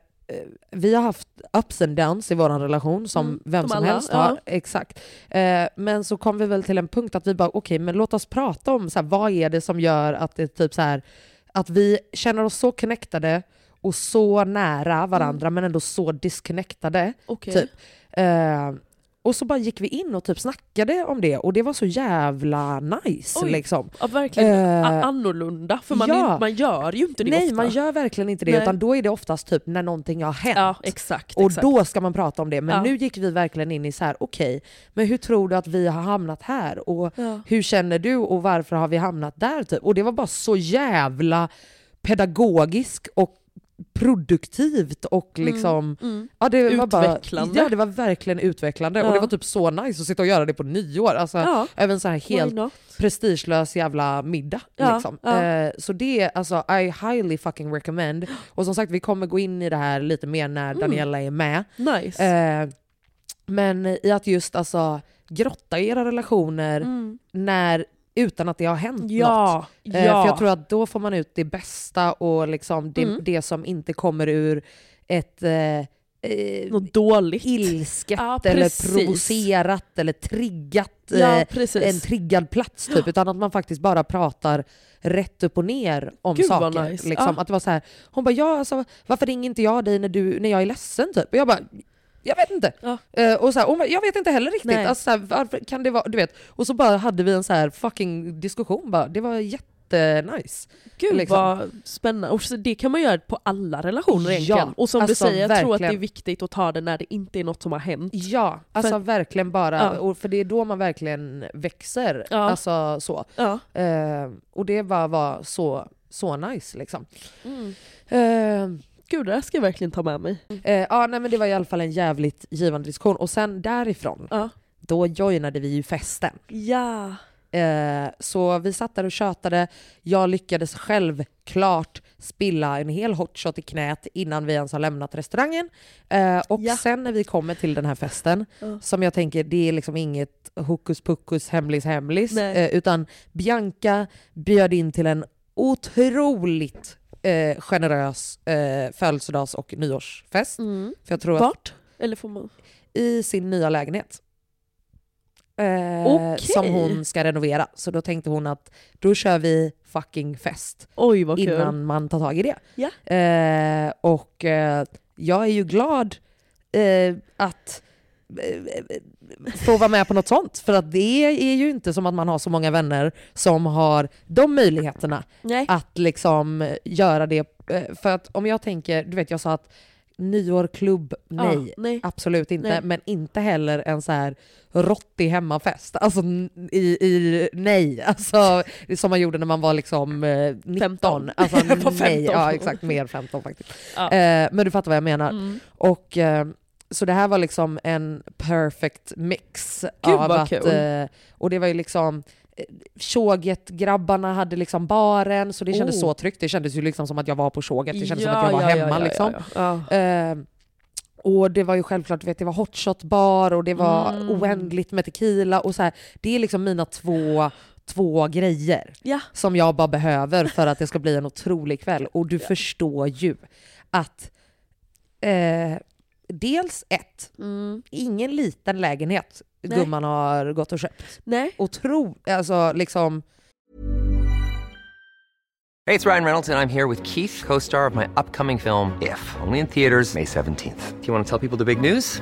vi har haft ups and downs i vår relation som
Mm,
vem
som
som
alla,
helst
ja.
har. Exakt. Eh, men så kom vi väl till en punkt att vi bara, okej, men låt oss prata om så här, vad är det som gör att det är typ så här, att vi känner oss så connectade och så nära varandra men ändå så disconnectade.
Mm. Okej.
Typ. Eh, och så bara gick vi in och typ snackade om det och det var så jävla nice
Oj.
liksom.
Ja, verkligen
Eh,
a- annorlunda, för man,
ja.
är, man gör ju inte det
Nej
ofta.
man gör verkligen inte det
Nej.
utan då är det oftast typ när någonting har hänt.
Ja, exakt.
Och
exakt.
då ska man prata om det. Men
Ja.
nu gick vi verkligen in i så här, okej, men hur tror du att vi har hamnat här? Och
Ja.
hur känner du och varför har vi hamnat där? Typ? Och det var bara så jävla pedagogiskt och produktivt och liksom... Ja, det
Mm. Utvecklande.
Var bara, ja, det var verkligen utvecklande.
Ja.
Och det var typ så nice att sitta och göra det på nyår. Alltså,
Ja.
Över en så här
Why
helt
not?
prestigelös jävla middag.
Ja,
liksom.
ja.
Eh, så det, alltså I highly fucking recommend. Och som sagt vi kommer gå in i det här lite mer när
Mm.
Daniela är med.
Nice.
Eh, men i att just alltså grotta i era relationer när, utan att det har hänt något.
Mm. ja, ja.
Eh, För jag tror att då får man ut det bästa och liksom det,
Mm.
det som inte kommer ur ett eh, eh,
Något dåligt.
ilsket
Ja, precis.
eller provocerat eller triggat
Ja,
eh,
precis.
en triggad plats typ, utan att man faktiskt bara pratar rätt upp och ner om
Gud, vad
saker.
nice.
Liksom.
Ja.
Att det var så här, hon bara ja, alltså, varför ringer inte jag dig när, du, när jag är ledsen? Typ. Och jag bara jag vet inte.
Ja.
Eh, och så här, hon bara, jag vet inte heller riktigt.
Nej.
Alltså, så här, varför kan det vara, du vet. Och så bara hade vi en så här fucking diskussion. Bara. Det var jättenice.
Gud
liksom.
vad spännande. Och så det kan man göra på alla relationer
Ja,
egentligen. och som
alltså,
du säger, jag tror att det är
verkligen.
viktigt att ta det när det inte är något som har hänt.
Ja, alltså
För-
verkligen bara.
Ja.
Och för det är då man verkligen växer.
Ja.
Alltså så.
Ja.
Eh, och det bara var så, så nice liksom. Eh,
Mm. Gud, det här ska jag verkligen ta med mig.
Eh, ja, nej, men det var i alla fall en jävligt givande diskussion. Och sen därifrån,
Ja.
då joinade vi ju festen.
Ja.
Eh, så vi satt där och tjötade. Jag lyckades självklart spilla en hel hotshot i knät innan vi ens har lämnat restaurangen. Eh, och
Ja.
sen när vi kommer till den här festen, som jag tänker, det är liksom inget hokus pokus hemlis hemlis.
Nej.
Eh, utan Bianca bjöd in till en otroligt eh, generös eh, födelsedags och nyårsfest.
Mm.
För jag tror att
Vart? Eller får man...
i sin nya lägenhet. Eh,
Okej.
Som hon ska renovera. Så då tänkte hon att då kör vi fucking fest
Oj vad kul.
innan man tar tag i det.
Ja.
Eh, och eh, jag är ju glad eh, att eh, få vara med på något sånt. För att det är ju inte som att man har så många vänner som har de möjligheterna
Nej.
att liksom göra det. eh, För att om jag tänker, du vet jag sa att nyår, klubb,
Ja,
nej.
nej.
Absolut inte.
Nej.
Men inte heller en så här rottig hemmafest. Alltså n- i, i, nej. Alltså det är som man gjorde när man var liksom eh, 19.
15.
Alltså
Jag var
nej.
15.
Ja exakt, mer 15 faktiskt.
Ja.
Eh, men du fattar vad jag menar.
Mm.
Och, eh, så det här var liksom en perfect mix.
Gud, vad kul.
eh, och det var ju liksom eh, Tjoget-grabbarna hade liksom baren, så det kändes
Oh.
så tryggt. Det kändes ju liksom som att jag var på Tjoget, det kändes som att jag var hemma liksom.
ja.
Eh, och det var ju självklart, du vet, det var hotshot-bar och det var
Mm.
oändligt med tequila och så här. Det är liksom mina två, två grejer
Ja.
som jag bara behöver för att det ska bli en otrolig kväll. Och du förstår ju att eh, dels ett,
Mm.
ingen liten lägenhet
Nej.
gumman har gått och köpt.
Nej.
Otro, alltså liksom,
Hey, it's Ryan Reynolds, and I'm here with Keith, co star of my upcoming film, If, only in theaters, May 17th. Do you want to tell people the big news?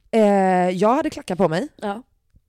Eh, jag hade klackar på mig.
Ja.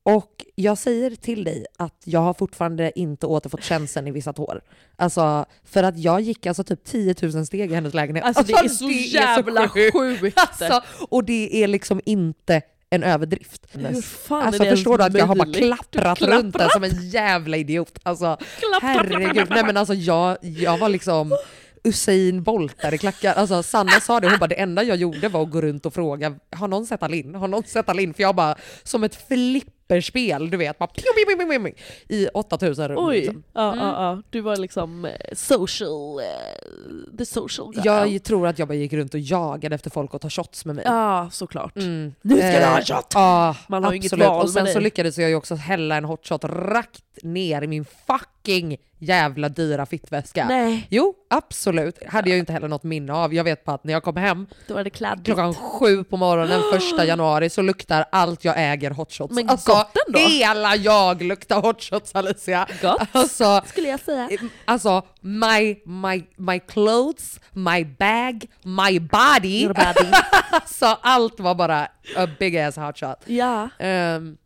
Och jag säger till dig att jag har fortfarande inte återfått känseln i vissa tår. Alltså, för att jag gick alltså typ 10 000 steg i hennes lägenhet.
Alltså det är så jävla
sjukt.
sjukt!
Alltså, och det är liksom inte en överdrift.
Hur fan
Alltså
är det
förstår du att jag har bara
ens möjligt? Du
klapprat runt där som en jävla idiot. Alltså herregud. Nej men alltså jag, jag var liksom Usain Bolt där i klackar. Alltså Sanna sa det, hon bara det enda jag gjorde var att gå runt och fråga har någon sett Alin? Har någon sett Alin? För jag bara som ett flipperspel du vet, bara, pju, pju, pju, pju, pju, i 8000 rum.
Oj,
liksom.
ja, ja, ja. du var liksom eh, social, eh, the social girl.
Jag ju tror att jag bara gick runt och jagade efter folk och ta shots med mig.
Ja, såklart.
Mm.
Nu ska du ha en
Eh,
shot!
Ja,
Man har ju inget
absolut.
val
Och sen
med
så
dig.
lyckades jag ju också hälla en hotshot rakt ner i min fucking jävla dyra fittväska.
Nej,
Jo, absolut. Hade jag ju inte heller något minne av. Jag vet bara att när jag kom hem
då är det kladdigt.
klockan sju på morgonen första januari så luktar allt jag äger hotshots.
Men gott ändå.
hela jag luktar hotshots Alicia.
Gott.
Alltså,
skulle jag säga.
Alltså, my, my, my clothes, my bag, my body.
Your body.
alltså, allt var bara a big ass hotshot.
Ja,
Ehm,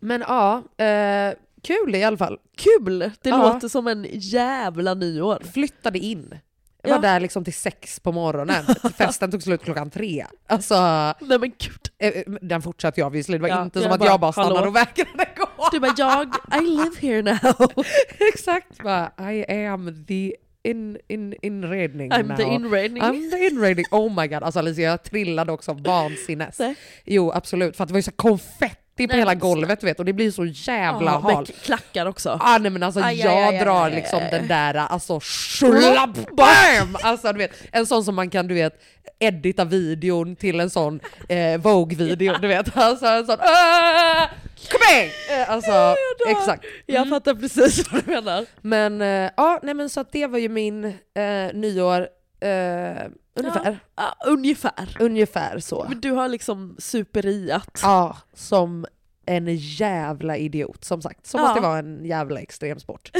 men ja, eh, kul i alla fall.
kul! Det
Ja.
låter som en jävla nyår.
Flyttade in. Jag var
Ja.
där liksom till sex på morgonen. Festen tog slut klockan tre. Alltså,
Nej men gud.
eh, den fortsatte jag visserligen. Det var
Ja,
inte
jag
som att
bara,
jag bara stannade
hallå.
och vägrade gå.
Du bara jag, I live here now.
Exakt bara, I am the in, in, inredning
I'm
now.
the inredning.
I'm the inredning. Oh my god, alltså Alicia jag trillade också vansinnes.
Nej.
Jo absolut, för att det var ju så här konfetti på
Nej,
hela
men-
golvet du vet och det blir så jävla
Ja, men
halt.
Klackar också.
Ah, nej men alltså
Aj, aj,
jag
aj, aj,
drar
aj, aj,
liksom
aj.
den där alltså slapp bam! Alltså du vet, en sån som man kan du vet edita videon till en sån eh, Vogue-video du vet. Alltså en sån ah, kom igen! Eh, Alltså
dör.
exakt. Mm.
Jag fattar precis vad du menar.
Men eh, ja, nej men så att det var ju min eh, nyår eh, ungefär.
Ja, ungefär.
Ungefär så.
Men du har liksom superiat.
Ja, som en jävla idiot som sagt. Som
Ja.
att det var en jävla extremsport.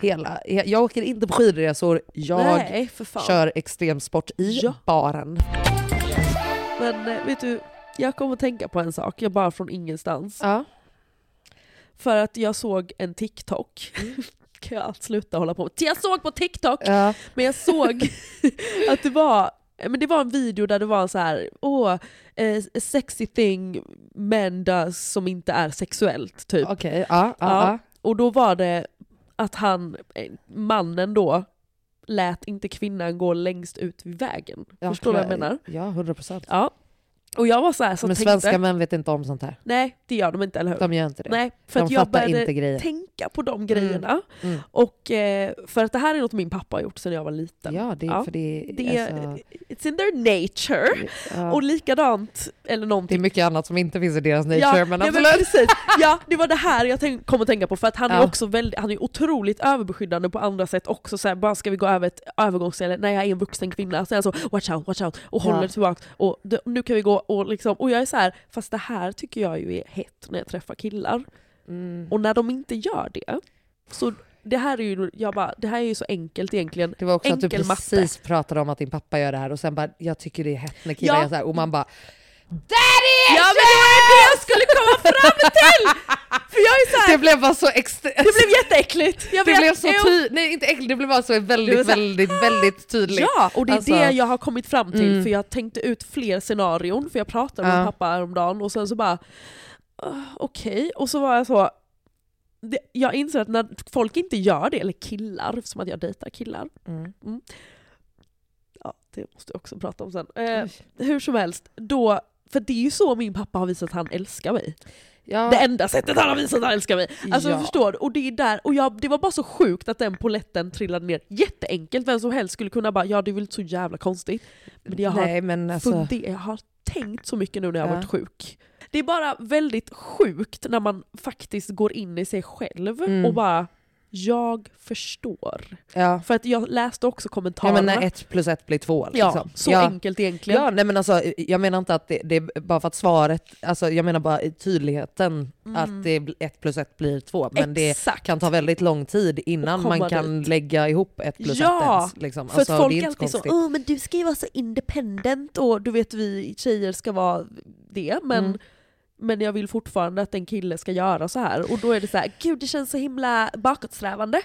Hela, jag åker inte på skidresor, jag
Nej för fan.
kör extremsport i
Ja.
baren.
Men eh, vet du, jag kom att tänka på en sak, jag bara från ingenstans.
Ja.
För att jag såg en TikTok. kan jag allt sluta hålla på med? Jag såg på TikTok!
Mm. Ja.
Men jag såg att det var men det var en video där det var så här, åh, eh, sexy thing men does som inte är sexuellt typ.
Okej, ja, ja,
Ja. Och då var det att han, eh, mannen då, lät inte kvinnan gå längst ut vid vägen.
ja.
Förstår du vad jag menar?
Ja, 100%.
Ja. Och jag var så här, så
Men
tänkte,
svenska män vet inte om sånt här.
Nej, det gör de inte, eller hur?
De gör inte det.
Nej, för
De
att jag
fattar inte
började
grejen.
tänka på de grejerna.
Mm.
Och, eh, för att det här är något min pappa har gjort sedan jag var liten.
Ja, det,
Ja.
För det,
Det,
alltså,
It's in their nature.
ja.
Och likadant, eller
det
någonting.
är mycket annat som inte finns i deras nature,
ja,
men
ja,
absolut.
precis. ja, det var det här jag tänk, kom att tänka på, för att han är
Ja.
också väldigt, han är otroligt överbeskyddande på andra sätt också. Så här, bara ska vi gå över ett övergångsställe? Nej, jag är en vuxen kvinna. Så är han så, watch out, watch out, och
Ja.
håller tillbaka. Och d- nu kan vi gå och liksom, och jag är så här, fast det här tycker jag ju är hett när jag träffar killar.
Mm.
Och när de inte gör det, så det här är ju, jag bara, det här är ju så enkelt egentligen.
Det var också att du
Enkel matte.
precis pratade om att din pappa gör det här och sen bara, jag tycker det är hett när killar
Ja.
gör så här. Och man bara,
Ja men det var ju det jag skulle komma fram till! För jag är så här,
det blev bara så extra...
det blev jätteäckligt! Jag
Det
vet,
blev så
jo.
tydligt, nej inte äckligt, det blev bara så
Det var
väldigt,
så här,
väldigt, väldigt tydligt.
Ja, och det är
Alltså,
det jag har kommit fram till,
Mm.
för jag tänkte ut fler scenarion, för jag pratade med
Ja.
min pappa häromdagen, och sen så bara "Ah, okej, och så var jag så det, jag inser att när folk inte gör det, eller killar, som att jag dejtar killar,
Mm.
ja, det måste jag också prata om sen. Eh,
Mm.
hur som helst, då, för det är ju så min pappa har visat att han älskar mig.
Ja,
Det enda sättet han har visat att han älskar mig. Alltså
Ja.
förstår du? Och det är där, och jag, det var bara så sjukt att den poletten trillade ner. Jätteenkelt, vem som helst skulle kunna bara ja det är väl inte så jävla konstigt. Men jag har,
nej men alltså,
fundi- jag har tänkt så mycket nu när jag har
Ja.
varit sjuk. Det är bara väldigt sjukt när man faktiskt går in i sig själv
Mm.
och bara jag förstår.
ja.
För att jag läste också
ja
kommentarerna.
men när ett plus ett blir två
Ja,
liksom.
så
ja.
enkelt egentligen.
Ja, nej men alltså, jag menar inte att det, det är bara för att svaret, alltså, jag menar bara i tydligheten
Mm.
att det, bl- ett plus ett blir två. Men
Exakt.
det kan ta väldigt lång tid
Och
innan
komma
man kan
dit.
lägga ihop ett plus
Ja,
ett ens. Liksom.
För
Alltså,
att folk
det är
är
inte
alltid så
konstigt.
oh, men du ska ju vara så independent och du vet vi tjejer ska vara det men,
Mm.
men jag vill fortfarande att en kille ska göra så här och då är det så här, gud det känns så himla bakåtsträvande.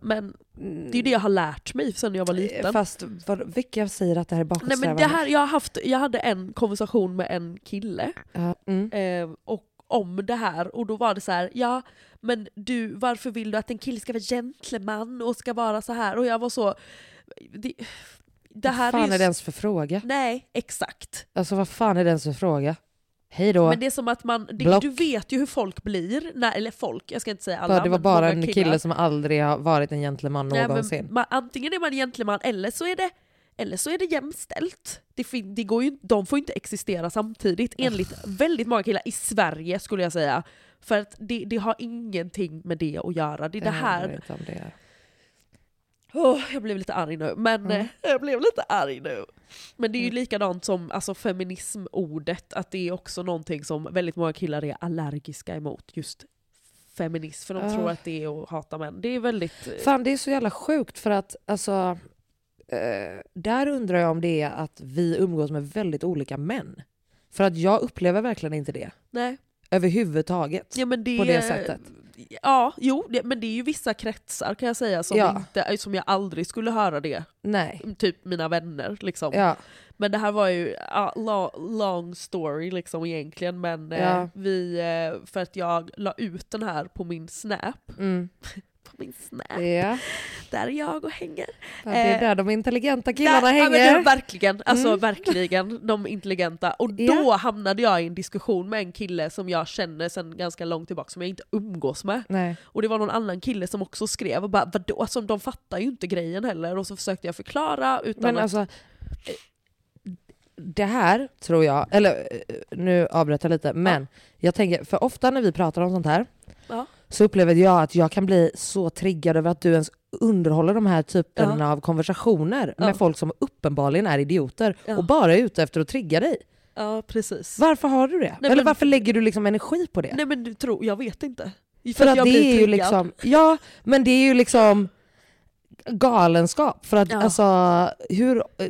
Men det är ju det jag har lärt mig sen jag var liten.
Mm. Fast vad, vilka säger att det här är
Nej,
bakåtsträvande?
men det här, jag, har haft, jag hade en konversation med en kille
Ja, mm.
eh, och om det här och då var det så här, ja men du varför vill du att en kille ska vara gentleman och ska vara så här? Och jag var så... Det, det här
vad fan är,
ju
det ens för fråga?
Nej, exakt.
Alltså vad fan är det ens för fråga? Hej då.
Men det är som att man, det,
Block.
du vet ju hur folk blir, när, eller folk, jag ska inte säga alla.
Bara, det var
men
bara
många
en
killar.
kille som aldrig har varit en gentleman
Nej, men
någonsin.
man, antingen är man gentleman eller så är det eller så är det jämställt. Det fin- det går ju, de får ju inte existera samtidigt enligt väldigt många killar i Sverige skulle jag säga. För att det, det har ingenting med det att göra. Det är det,
handlar
här...
inte om det.
Åh, jag blev lite arg nu. Men
Mm.
eh, jag blev lite arg nu. Men det är ju likadant som alltså, feminismordet, att det är också någonting som väldigt många killar är allergiska emot. Just feminism, för de
Ja.
tror att det är att hata män. Det är väldigt... eh,
Fan det är så jävla sjukt för att alltså, eh, där undrar jag om det är att vi umgås med väldigt olika män. För att jag upplever verkligen inte det.
Nej.
Överhuvudtaget.
Ja, men det,
På det sättet.
Ja, jo, det, men det är ju vissa kretsar kan jag säga som,
Ja.
inte, eh, som jag aldrig skulle höra det.
Nej.
Typ mina vänner liksom.
Ja.
Men det här var ju ja, lo- long story liksom egentligen. Men eh,
Ja.
vi, eh, för att jag la ut den här på min snap.
Mm.
På min snap,
Ja.
där är jag och hänger.
Fan, det är
Eh,
där de intelligenta killarna
Där- ja, men
hänger.
du, verkligen, alltså
Mm.
verkligen de intelligenta. Och då
Ja.
hamnade jag i en diskussion med en kille som jag känner sedan ganska långt tillbaka som jag inte umgås med.
Nej.
Och det var någon annan kille som också skrev och bara vadå? Alltså, de fattar ju inte grejen heller. Och så försökte jag förklara utan
Men
att...
alltså, eh, det här tror jag, eller eh, nu avbröt jag lite, men jag tänker, för ofta när vi pratar om sånt här
Ja.
så upplever jag att jag kan bli så triggad över att du ens underhåller de här typerna av konversationer
Ja.
med folk som uppenbarligen är idioter
Ja.
och bara är ute efter att trigga dig.
Ja precis.
Varför har du det? eller
men-
varför lägger du liksom energi på det?
Nej men du tror, jag vet inte. För,
För, att
jag
det
blir
är ju
triggad.
liksom, ja men det är ju liksom galenskap. För att
Ja.
alltså, hur... eh,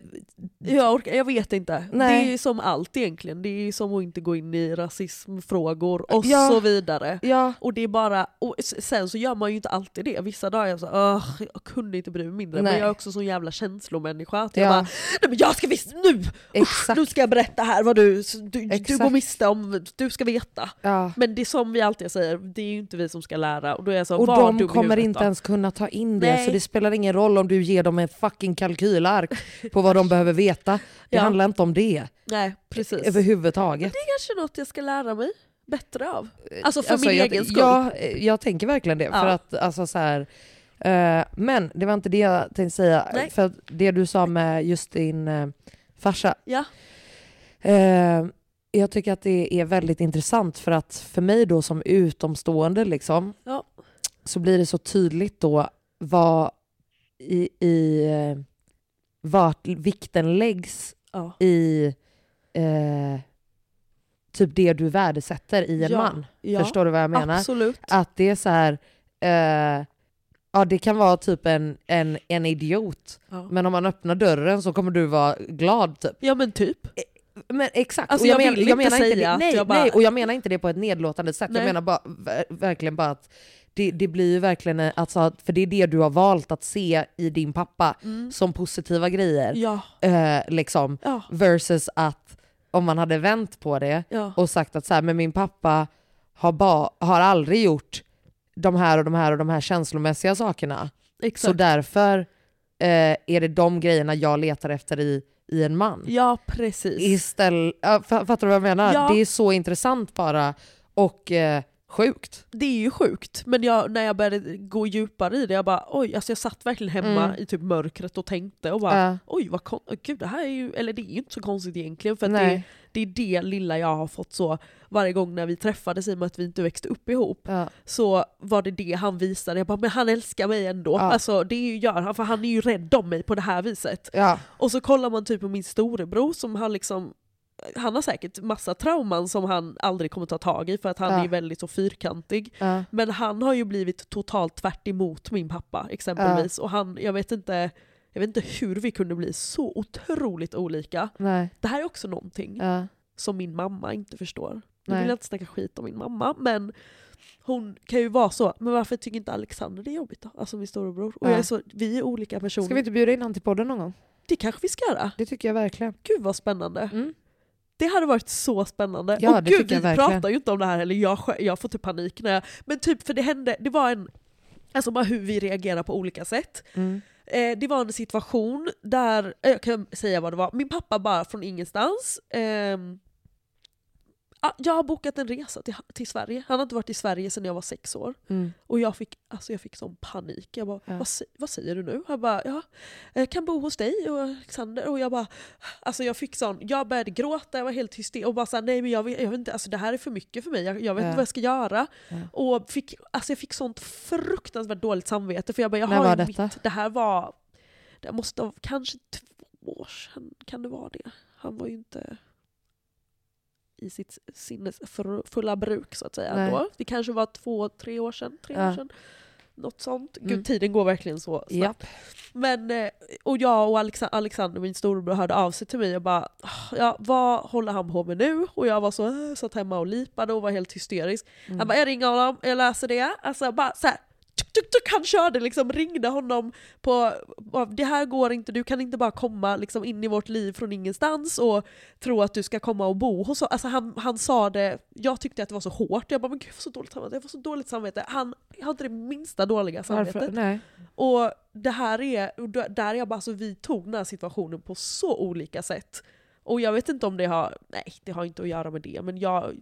Jag, orkar, jag vet inte.
Nej.
Det är ju som allt egentligen. Det är ju som att inte gå in i rasismfrågor och
Ja.
så vidare.
Ja.
Och det är bara, och s- sen så gör man ju inte alltid det. Vissa dagar är jag så här, "Ugh, jag kunde inte bry mig mindre. Men
Nej.
jag är också sån jävla känslomänniska. Att
Ja.
jag bara, nej men jag ska visst nu! Usch,
Exakt.
nu ska jag berätta här vad du, du, du
Exakt.
går miste om, du ska veta.
Ja.
Men det är som vi alltid säger, det är ju inte vi som ska lära. Och då är jag så,
Och
var dum
de
i
kommer
huvudet
inte
då.
ens kunna ta in det,
Nej.
så det spelar ingen roll om du ger dem en fucking kalkylark på vad de behöver veta. Det
Ja.
handlar inte om det
Nej, precis.
överhuvudtaget.
Det är kanske något jag ska lära mig bättre av. Alltså för
Alltså,
min
jag,
egen skull.
ja, eh, jag tänker verkligen det. För
Ja.
att, alltså, så här, eh, men det var inte det jag tänkte säga.
Nej.
För att det du sa med just din eh, farsa.
Ja.
Eh, jag tycker att det är väldigt intressant för att för mig då som utomstående liksom,
Ja.
så blir det så tydligt då vad i, i eh, vart vikten läggs
Ja.
i eh, typ det du värdesätter i en
Ja,
man.
ja.
Förstår du vad jag menar?
Absolut.
Att det är så här, eh, ja det kan vara typ en, en, en idiot,
Ja.
men om man öppnar dörren så kommer du vara glad typ.
ja men typ.
Men exakt,
Alltså,
och jag,
jag
men,
vill
jag
inte
menar inte
säga
det,
att
nej,
jag bara-
nej, och jag menar inte det på ett nedlåtande sätt. Jag
Nej.
menar bara, ver- verkligen bara att det, det blir ju verkligen, eh, alltså, att- för det är det du har valt att se i din pappa som positiva grejer.
Ja.
Eh, liksom,
Ja.
versus att om man hade vänt på det
Ja.
och sagt att så här, men min pappa har, ba, har aldrig gjort de här och de här och de här känslomässiga sakerna. Så
Exakt.
därför eh, är det de grejerna jag letar efter i, i en man.
Ja precis.
Istället, fattar du vad jag menar?
Ja.
Det är så intressant bara och eh, sjukt.
det är ju sjukt, men jag, när jag började gå djupare i det, jag bara oj, alltså jag satt verkligen hemma
Mm.
i typ mörkret och tänkte och bara
Ja.
oj vad kon- gud det här är ju, eller det är ju inte så konstigt egentligen för att det,
Nej.
det är det lilla jag har fått så varje gång när vi träffades i och med att vi inte växte upp ihop
Ja.
så var det det han visade, jag bara men han älskar mig ändå.
Ja.
Alltså det är ju, gör han för han är ju rädd om mig på det här viset.
Ja.
Och så kollar man typ på min storebror som har liksom han har säkert massa trauman som han aldrig kommer ta tag i för att han
Ja.
är ju väldigt så fyrkantig.
Ja.
Men han har ju blivit totalt tvärt emot min pappa exempelvis. Och han, jag vet inte jag vet inte hur vi kunde bli så otroligt olika.
Nej.
Det här är också någonting
Ja.
som min mamma inte förstår. Nu
Nej.
vill jag inte snacka skit om min mamma, men hon kan ju vara så, men varför tycker inte Alexander det är jobbigt då? Alltså min storebror. Och jag är
Ja.
så, vi är olika personer.
Ska vi inte bjuda in honom till podden någon gång?
Det kanske vi ska göra.
Det tycker jag verkligen.
Gud vad spännande.
Mm.
Det hade varit så spännande.
Ja,
och
det
gud,
tycker jag
vi
verkligen.
pratar ju inte om det här heller. Jag, sj- jag får typ panik när jag... Men typ, för det hände, det var en... Alltså bara hur vi reagerar på olika sätt.
Mm.
Eh, det var en situation där, eh, jag kan säga vad det var, min pappa bara från ingenstans ehm, ah, jag har bokat en resa till, till Sverige. Han har inte varit i Sverige sedan jag var sex år.
Mm.
Och jag fick, alltså jag fick sån panik. Jag bara, vad, sä- vad säger du nu? Han bara, ja, jag kan bo hos dig och Alexander. Och jag bara, alltså jag fick sån, jag började gråta, jag var helt hysterisk. Och bara såhär, nej men jag, vet- jag vet inte, alltså det här är för mycket för mig. Jag, jag vet
Ja.
inte vad jag ska göra. Och fick, alltså jag fick sånt fruktansvärt dåligt samvete. För jag bara, jag
När
har
var
ju
detta?
Mitt, det här var, det måste ha kanske två år sedan, kan det vara det? Han var ju inte i sitt sinnesfulla bruk så att säga.
Nej.
Då. Det kanske var två, tre år sedan. Tre
Ja.
år sedan. Något sånt.
Mm.
Gud, tiden går verkligen så snabbt.
Japp.
Men, eh, och jag och Alexa- Alexander, min storebror, hörde av sig till mig och bara "Ah, ja, vad håller han på med nu? Och jag var så, äh, satt hemma och lipade och var helt hysterisk. Han bara, jag ringer honom, jag löser det. Alltså bara så här, tuk, tuk, tuk, han körde liksom, ringde honom på, bara, det här går inte, du kan inte bara komma liksom, in i vårt liv från ingenstans och tro att du ska komma och bo hos oss. Alltså han, han sa det, jag tyckte att det var så hårt, jag bara men gud jag får så dåligt samvete, jag får så dåligt samvete. Han jag har inte det minsta dåliga samvete.
Varför? Nej.
Och det här är, och där där är jag bara, alltså, vi tog den här situationen på så olika sätt. Och jag vet inte om det har, nej det har inte att göra med det, men jag,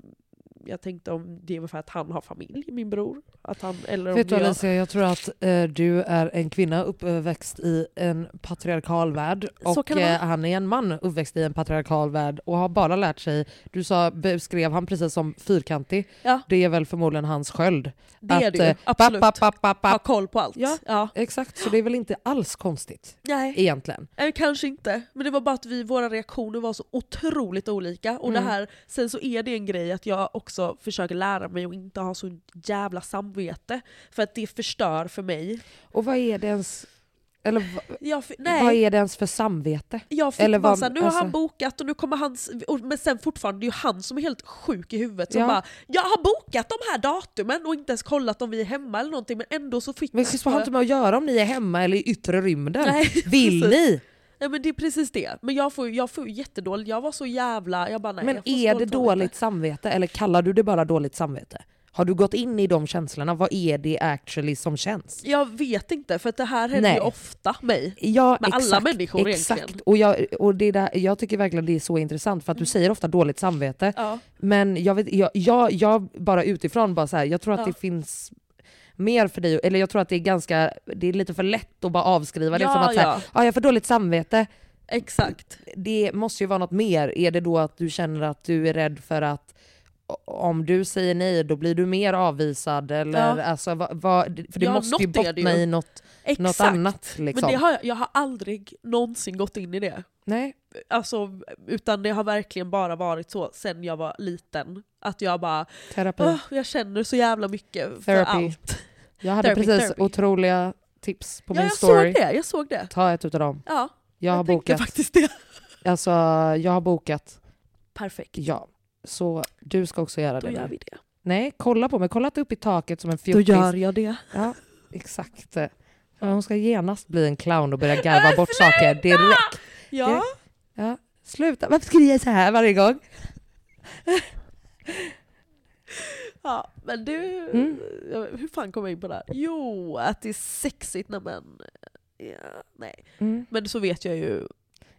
jag tänkte om det är för att han har familj, min bror. Att han, eller om
Vet du
det är jag.
Alicia, jag tror att eh, du är en kvinna uppväxt i en patriarkal värld
Så
och
kan det vara.
eh, han är en man uppväxt i en patriarkal värld och har bara lärt sig, du sa, beskrev han precis som fyrkantig,
Ja.
det är väl förmodligen hans sköld.
Det är det ju,
eh, papp,
absolut.
papp, papp, papp,
har
papp.
koll på allt.
Ja. Exakt, så det är väl inte alls konstigt
Nej.
egentligen.
Eh, Kanske inte, men det var bara att vi, våra reaktioner var så otroligt olika. Och
Mm.
det här, sen så är det en grej att jag också försöker lära mig att inte ha så jävla samvete. För att det förstör för mig.
Och vad är det ens, eller, v-
Jag, fi- nej.
vad är det ens för samvete?
Jag fick
Eller
bara
vad-
såhär, nu
alltså-
har han bokat och nu kommer hans... Och, men sen fortfarande, det är ju han som är helt sjuk i huvudet som
Ja.
bara “Jag har bokat de här datumen och inte ens kollat om vi är hemma eller någonting” men ändå så fick
Men Christer, vad har inte med att göra om ni är hemma eller i yttre rymden?
Nej,
Vill
precis.
ni?
Nej men det är precis det. Men jag får, jag får ju jättedåligt, jag var så jävla... Jag bara, nej,
Men
jag får så
är det
samvete."
dåligt samvete eller kallar du det bara dåligt samvete? Har du gått in i de känslorna? Vad är det actually som känns?
Jag vet inte, för att det här händer
Nej.
ju ofta mig.
Ja,
Med alla
exakt,
människor
exakt.
egentligen.
Och jag, och det där, jag tycker verkligen det är så intressant för att du säger ofta dåligt samvete.
Mm. Ja.
Men jag, vet, jag, jag, jag bara utifrån, bara så här, jag tror att det finns mer för dig, eller jag tror att det är ganska, det är lite för lätt att bara avskriva det
Ja,
som att så här,
ja.
"Ah, jag får dåligt samvete.
Exakt.
Det måste ju vara något mer. Är det då att du känner att du är rädd för att o- om du säger nej då blir du mer avvisad? Eller,
Ja.
alltså, vad, vad, för det
Ja,
måste ju
något är det
bottna
ju.
i något,
Exakt.
något annat. Liksom.
Men det har jag, jag har aldrig någonsin gått in i det.
Nej.
Alltså, utan det har verkligen bara varit så sen jag var liten. Att jag bara,
Terapi.
"Åh, jag känner så jävla mycket för
Mm. Therapy.
allt.
Jag hade
Therapy,
precis
therapy.
otroliga tips på
ja,
min
jag
story.
såg det, jag såg det.
Ta ett utav dem.
Ja,
Jag, har
tänkte
bokat.
faktiskt det.
Alltså, jag har bokat.
Perfekt,
Ja. Så du ska också göra
då
det.
gör
nu.
vi det.
Nej, kolla på mig. Kolla inte upp i taket som en
Då
fjortis.
gör jag det.
Ja, exakt. Ja, Hon ska genast bli en clown och börja garva bort saker direkt.
Ja,
Ja. Sluta, varför ska du göra så här varje gång?
ja men du,
Mm.
hur fan kom jag in på det här? Jo, att det är sexigt när man... Ja, nej.
Mm.
Men så vet jag ju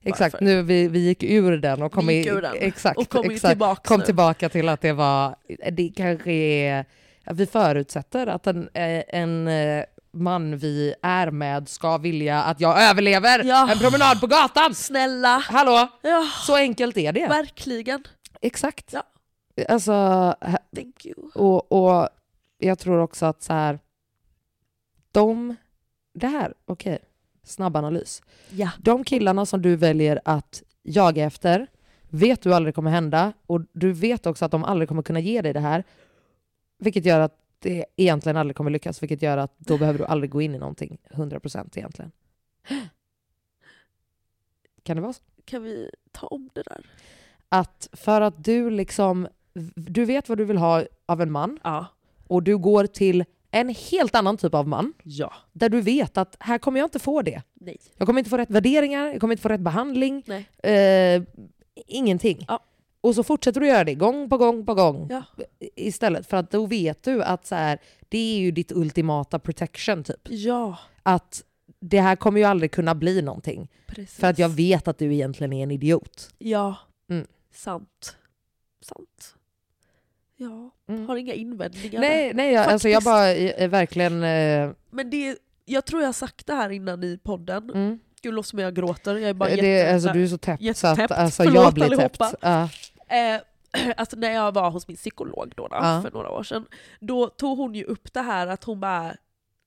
Exakt,
Varför?
nu vi, vi gick ur den och kom,
Vi gick
i,
ur den.
Exakt,
Och kommer ju
exakt.
tillbaks
kom
nu.
tillbaka till att det var, det kanske är, att vi förutsätter att en, eh, en eh, man vi är med ska vilja att jag överlever
Ja.
en promenad på gatan.
Snälla!
Hallå,
Ja,
så enkelt är det.
verkligen.
Exakt.
Ja.
Alltså, här-
Thank you.
och, och jag tror också att så här, de, det här, okej, snabb analys.
Ja.
De killarna som du väljer att jaga efter vet du aldrig kommer hända och du vet också att de aldrig kommer kunna ge dig det här. Vilket gör att det egentligen aldrig kommer lyckas, vilket gör att då behöver du aldrig gå in i någonting 100% egentligen. Kan det vara så?
Kan vi ta om det där?
Att för att du liksom, du vet vad du vill ha av en man
Ja.
och du går till en helt annan typ av man
Ja.
där du vet att här kommer jag inte få det.
Nej.
Jag kommer inte få rätt värderingar, jag kommer inte få rätt behandling.
Nej.
Eh, ingenting.
Ja.
Och så fortsätter du göra det gång på gång på gång
Ja.
istället. För att då vet du att så här, det är ju ditt ultimata protection. typ.
Ja,
Att det här kommer ju aldrig kunna bli någonting.
precis.
För att jag vet att du egentligen är en idiot.
Ja.
Mm.
Sant. Sant. Ja.
Mm.
Har inga invändningar.
Nej, nej jag, alltså jag
Faktiskt.
bara eh, eh, verkligen... Eh,
Men det, jag tror jag har sagt det här innan i podden.
mm.
Gud, låt som jag gråter. Jag är bara
det,
jätte-
alltså, du är så täppt så att
Jättetäppt.
alltså, jag
Förlåt,
blir täppt.
allihopa.
Ja.
Eh, alltså när jag var hos min psykolog då, då
Ja.
för några år sedan, då tog hon ju upp det här att hon bara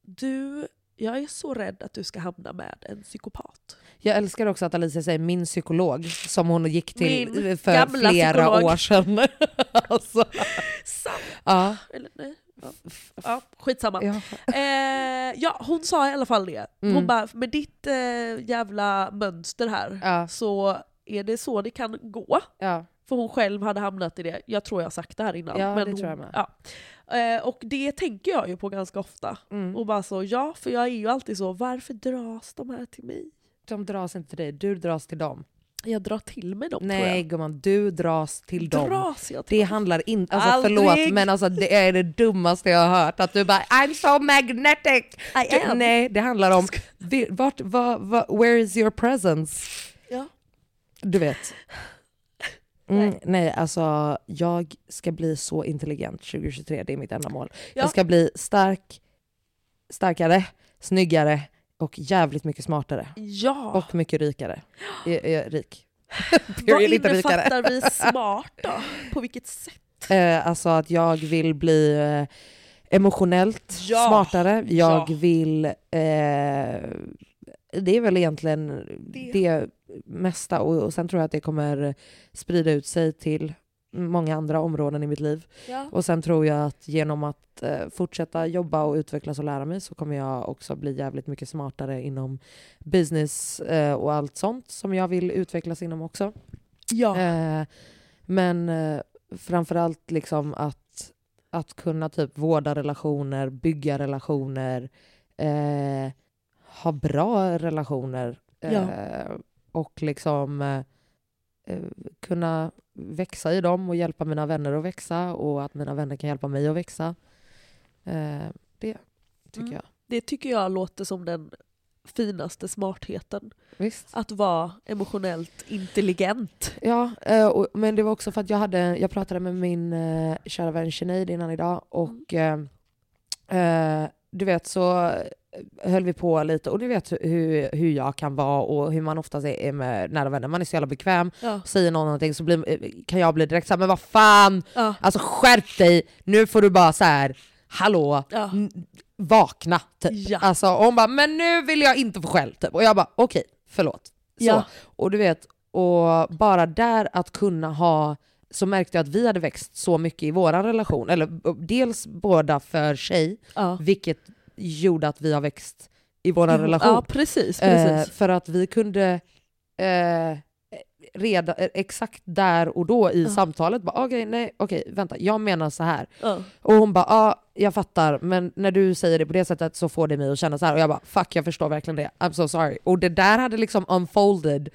du, jag är så rädd att du ska hamna med en psykopat.
Jag älskar också att Alicia säger min psykolog, som hon gick till
Min
för
gamla
flera
psykolog.
år sedan. alltså,
Sant!
ja.
Eller nej? Ja, ja skitsamma.
Ja.
Eh, ja, hon sa i alla fall det. Hon
Mm.
bara, med ditt eh, jävla mönster här
Ja.
så är det så det kan gå.
Ja.
För hon själv hade hamnat i det. Jag tror jag har sagt det här innan.
Ja, det
hon,
tror jag med.
Ja. Eh, och det tänker jag ju på ganska ofta.
Mm.
Och bara så, ja för jag är ju alltid så, varför dras de här till mig?
De dras inte till dig, du dras till dem.
Jag drar till mig dem tror
Nej
jag.
gumman, du dras till dem.
Dras jag till
Det
dem?
handlar inte, alltså
Aldrig.
förlåt men alltså det är det dummaste jag har hört. Att du bara I'm so magnetic!
I
Du,
am.
nej, det handlar om vi- vart, va, va, where is your presence?
Ja.
Du vet. Mm, nej, alltså jag ska bli så intelligent 2023, det är mitt enda mål.
Ja.
Jag ska bli stark, starkare, snyggare och jävligt mycket smartare.
Ja.
Och mycket rikare. Är, är rik.
Vad
Period, inte rikare.
innefattar vi smart då? På vilket sätt?
Eh, alltså att jag vill bli eh, emotionellt
Ja.
smartare. Jag
Ja.
vill... Eh, det är väl egentligen det,
Det.
mesta. Och, och sen tror jag att det kommer sprida ut sig till många andra områden i mitt liv.
Ja.
Och sen tror jag att genom att eh, fortsätta jobba och utvecklas och lära mig så kommer jag också bli jävligt mycket smartare inom business eh, och allt sånt som jag vill utvecklas inom också.
ja.
Eh, men eh, framförallt liksom att, att kunna typ vårda relationer, bygga relationer, eh, ha bra relationer
Ja.
eh, och liksom eh, eh, kunna växa i dem och hjälpa mina vänner att växa och att mina vänner kan hjälpa mig att växa. Eh, det tycker
Mm.
jag.
Det tycker jag låter som den finaste smartheten.
Visst.
Att vara emotionellt intelligent.
Ja, eh, och, men det var också för att jag, hade, jag pratade med min eh, kära vän Sinead innan idag och eh, eh, du vet så eh, höll vi på lite och du vet hur, hur jag kan vara och hur man oftast är- är med nära vänner. Man är så jävla bekväm,
Ja.
säger någon någonting så blir, eh, kan jag bli direkt såhär men vad fan!
Ja.
Alltså skärp dig! Nu får du bara så här. hallå!
Ja.
n- Vakna typ.
Ja.
Alltså, och hon bara men nu vill jag inte få skäll typ. Och jag bara okej, förlåt. Så.
Ja.
Och du vet, och bara där att kunna ha så märkte jag att vi hade växt så mycket i vår relation. Eller b- dels båda för sig,
Ja.
vilket gjorde att vi har växt i vår relation.
Ja, precis. precis.
Eh, för att vi kunde eh, reda, eh, exakt där och då i
Ja.
samtalet bara okej, nej, okej, vänta, jag menar så här.
ja.
Och hon bara ja, jag fattar, men när du säger det på det sättet så får det mig att känna så här. Och jag bara fuck, jag förstår verkligen det. I'm so sorry. Och det där hade liksom unfolded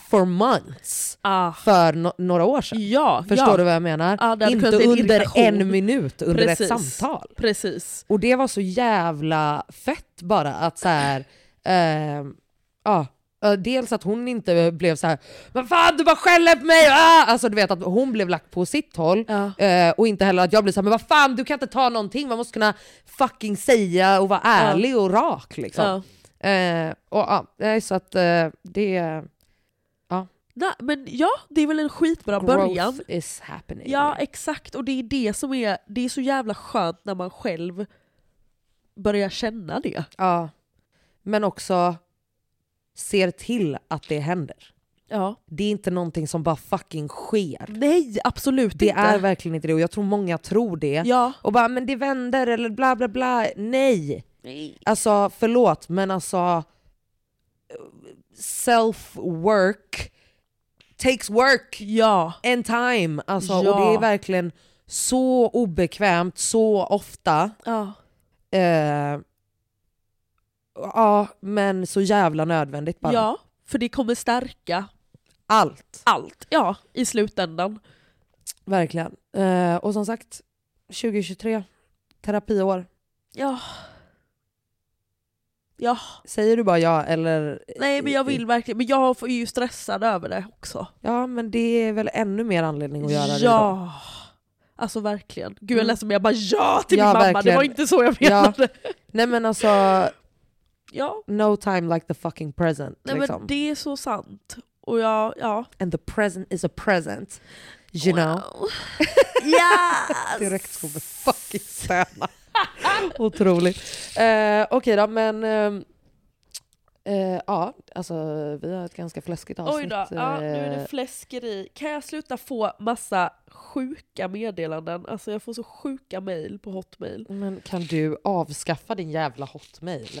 for months
Ah.
för no- några år sedan.
ja
Förstår
ja.
du vad jag menar?
Ja, det hade
Inte
kunnat bli en
under
irritation.
en minut under
Precis.
ett samtal.
Precis.
Och det var så jävla fett bara att så här, ehm, ja, eh, dels att hon inte blev så här, vad fan du bara skäller på mig! Ah! Alltså du vet att hon blev lagt på sitt håll.
Ja.
Eh, och inte heller att jag blir såhär, men vad fan du kan inte ta någonting, man måste kunna fucking säga och vara ärlig och rak liksom.
Ja.
Eh, och, ja, nej, så att eh, det...
Nej, men ja, det är väl en skitbra början.
Growth is happening.
Ja, exakt. Och det är det som är, det är så jävla skönt när man själv börjar känna det.
ja. Men också ser till att det händer.
Ja.
Det är inte någonting som bara fucking sker.
Nej, absolut
Det
Typ inte.
är verkligen inte det och jag tror många tror det.
Ja.
Och bara men det vänder eller bla bla bla. Nej! Alltså förlåt men alltså self-work takes work
Ja.
and time. Alltså, Och
Ja.
det är verkligen så obekvämt så ofta.
Ja.
Eh, ja men så jävla nödvändigt bara.
ja, för det kommer stärka
Allt.
allt ja, i slutändan.
Verkligen. Eh, och som sagt, 2023, terapiår.
Ja. Ja,
Säger du bara ja eller?
nej men jag vill verkligen, men jag får ju stressad över det också.
Ja men det är väl ännu mer anledning att göra det då.
ja. Alltså verkligen. Gud jag
Mm.
lät som jag bara ja till
Ja,
min mamma, det
verkligen.
var inte så jag
Ja.
menade. Ja.
Nej men alltså,
ja.
no time like the fucking present.
Nej
liksom.
men det är så sant. Och jag, ja.
And the present is a present. You know?
Wow. Yes!
Direkt som en fucking söna. Otroligt. Eh, Okej då men, ehm, eh, ja alltså vi har ett ganska fläskigt avsnitt.
Oj då, ja, nu är
eh,
det fläskeri. Kan jag sluta få massa sjuka meddelanden? Alltså jag får så sjuka mejl på hotmail.
men kan du avskaffa din jävla hotmail?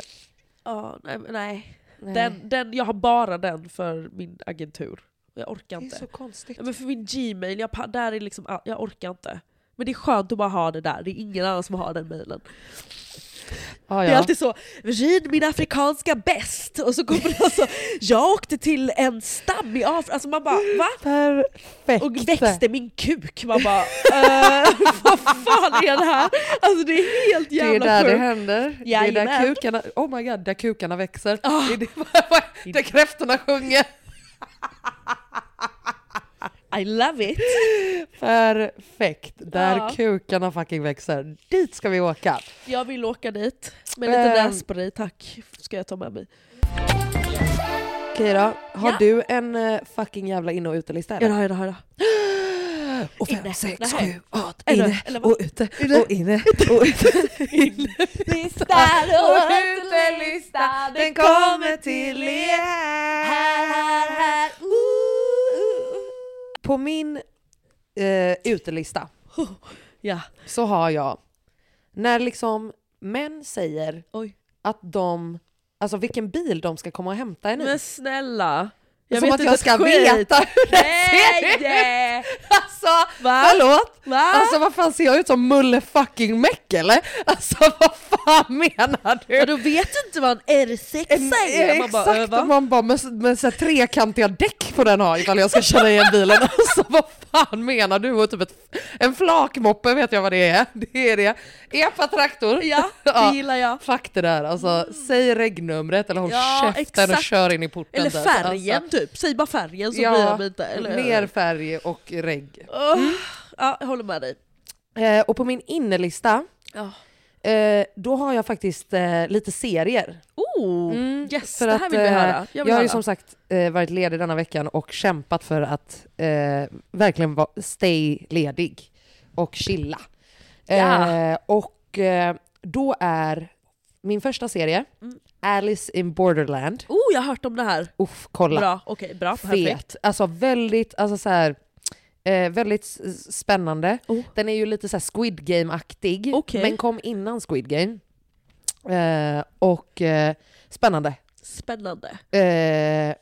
Ja, nej, men nej.
Nej.
Den, den, jag har bara den för min agentur. Jag orkar
det är
inte.
så konstigt.
Ja, men för min gmail, jag, pa- där är liksom, all- jag orkar inte. Men det är skönt att bara ha det där, det är ingen annan som har den mejlen.
Ah,
Det är
ja.
alltid så, rid min afrikanska bäst, och så kommer det så, jag åkte till en stam i Afrika, alltså man bara va?
Perfekt.
och växte min kuk. Man bara, eh, vad fan är det här? Alltså det är helt
Det är
jävla
där det
sjukt.
händer. Det är
Jajamän.
där kukarna, oh my god, där kukarna växer.
Ah.
Det är det, där kräftorna sjunger.
I love it.
Perfekt, där
Ja.
kukarna fucking växer. Dit ska vi åka.
Jag vill åka dit. Med lite
Ehm.
nässpray tack, ska jag ta med mig.
Okej då, har
Ja.
du en eh, fucking jävla in och utelista
Ja,
eller?
då, ja, då, ja, då.
Och fem,
Inne.
sex,
Nej.
sju, åtta,
Eller-
inne
eller vad?
och ute och inne och ute. Innelistan och utelistan, den kommer till er. Här, här, här. Ooh, ooh, ooh. På min eh, utelista
Ja.
så har jag, när liksom män säger
Oj.
att de, alltså vilken bil de ska komma och hämta en i.
Men snälla,
Jag som att jag ska veta hur den ser
Nej!
ut! Alltså, förlåt! Alltså vad fan ser jag ut som Mulle fucking Meck eller? Alltså vad fan menar du?
Vadå vet du inte vad en R6
En, eh,
säger? Man
exakt,
bara, äh, va?
man bara med, med så här trekantiga däck på den har ifall jag ska köra igen bilen. Alltså vad fan menar du? Och typ ett, en flakmoppe vet jag vad det är. Det är det. Epa-traktor.
Ja, det gillar jag.
Fuck det där alltså. Säg regnumret eller håll
Ja,
käften och
exakt.
kör in i porten.
Eller
typ.
färgen
Alltså,
typ, säg bara färgen så blir
ja,
jag lite... Eller,
mer Mm. färg och regg.
Åh, Ja, jag håller med dig.
Eh, och på min innelista,
Ja.
eh, då har jag faktiskt eh, lite serier.
Oh,
Mm,
yes,
för
det
att,
här vill vi
eh,
höra.
Jag,
vill
har
höra.
ju som sagt eh, varit ledig denna veckan och kämpat för att eh, verkligen vara stay ledig och chilla. Eh,
Ja.
och eh, då är min första serie
Mm.
Alice in Borderland.
Oh, jag har hört om det här.
Uff, kolla.
Bra, okej, bra, perfekt.
Fet. Alltså väldigt, alltså så här, eh, väldigt s- spännande.
Oh.
Den är ju lite så här Squid Game-aktig,
Okej.
men kom innan Squid Game. Eh, och eh, spännande.
Spännande.
Eh,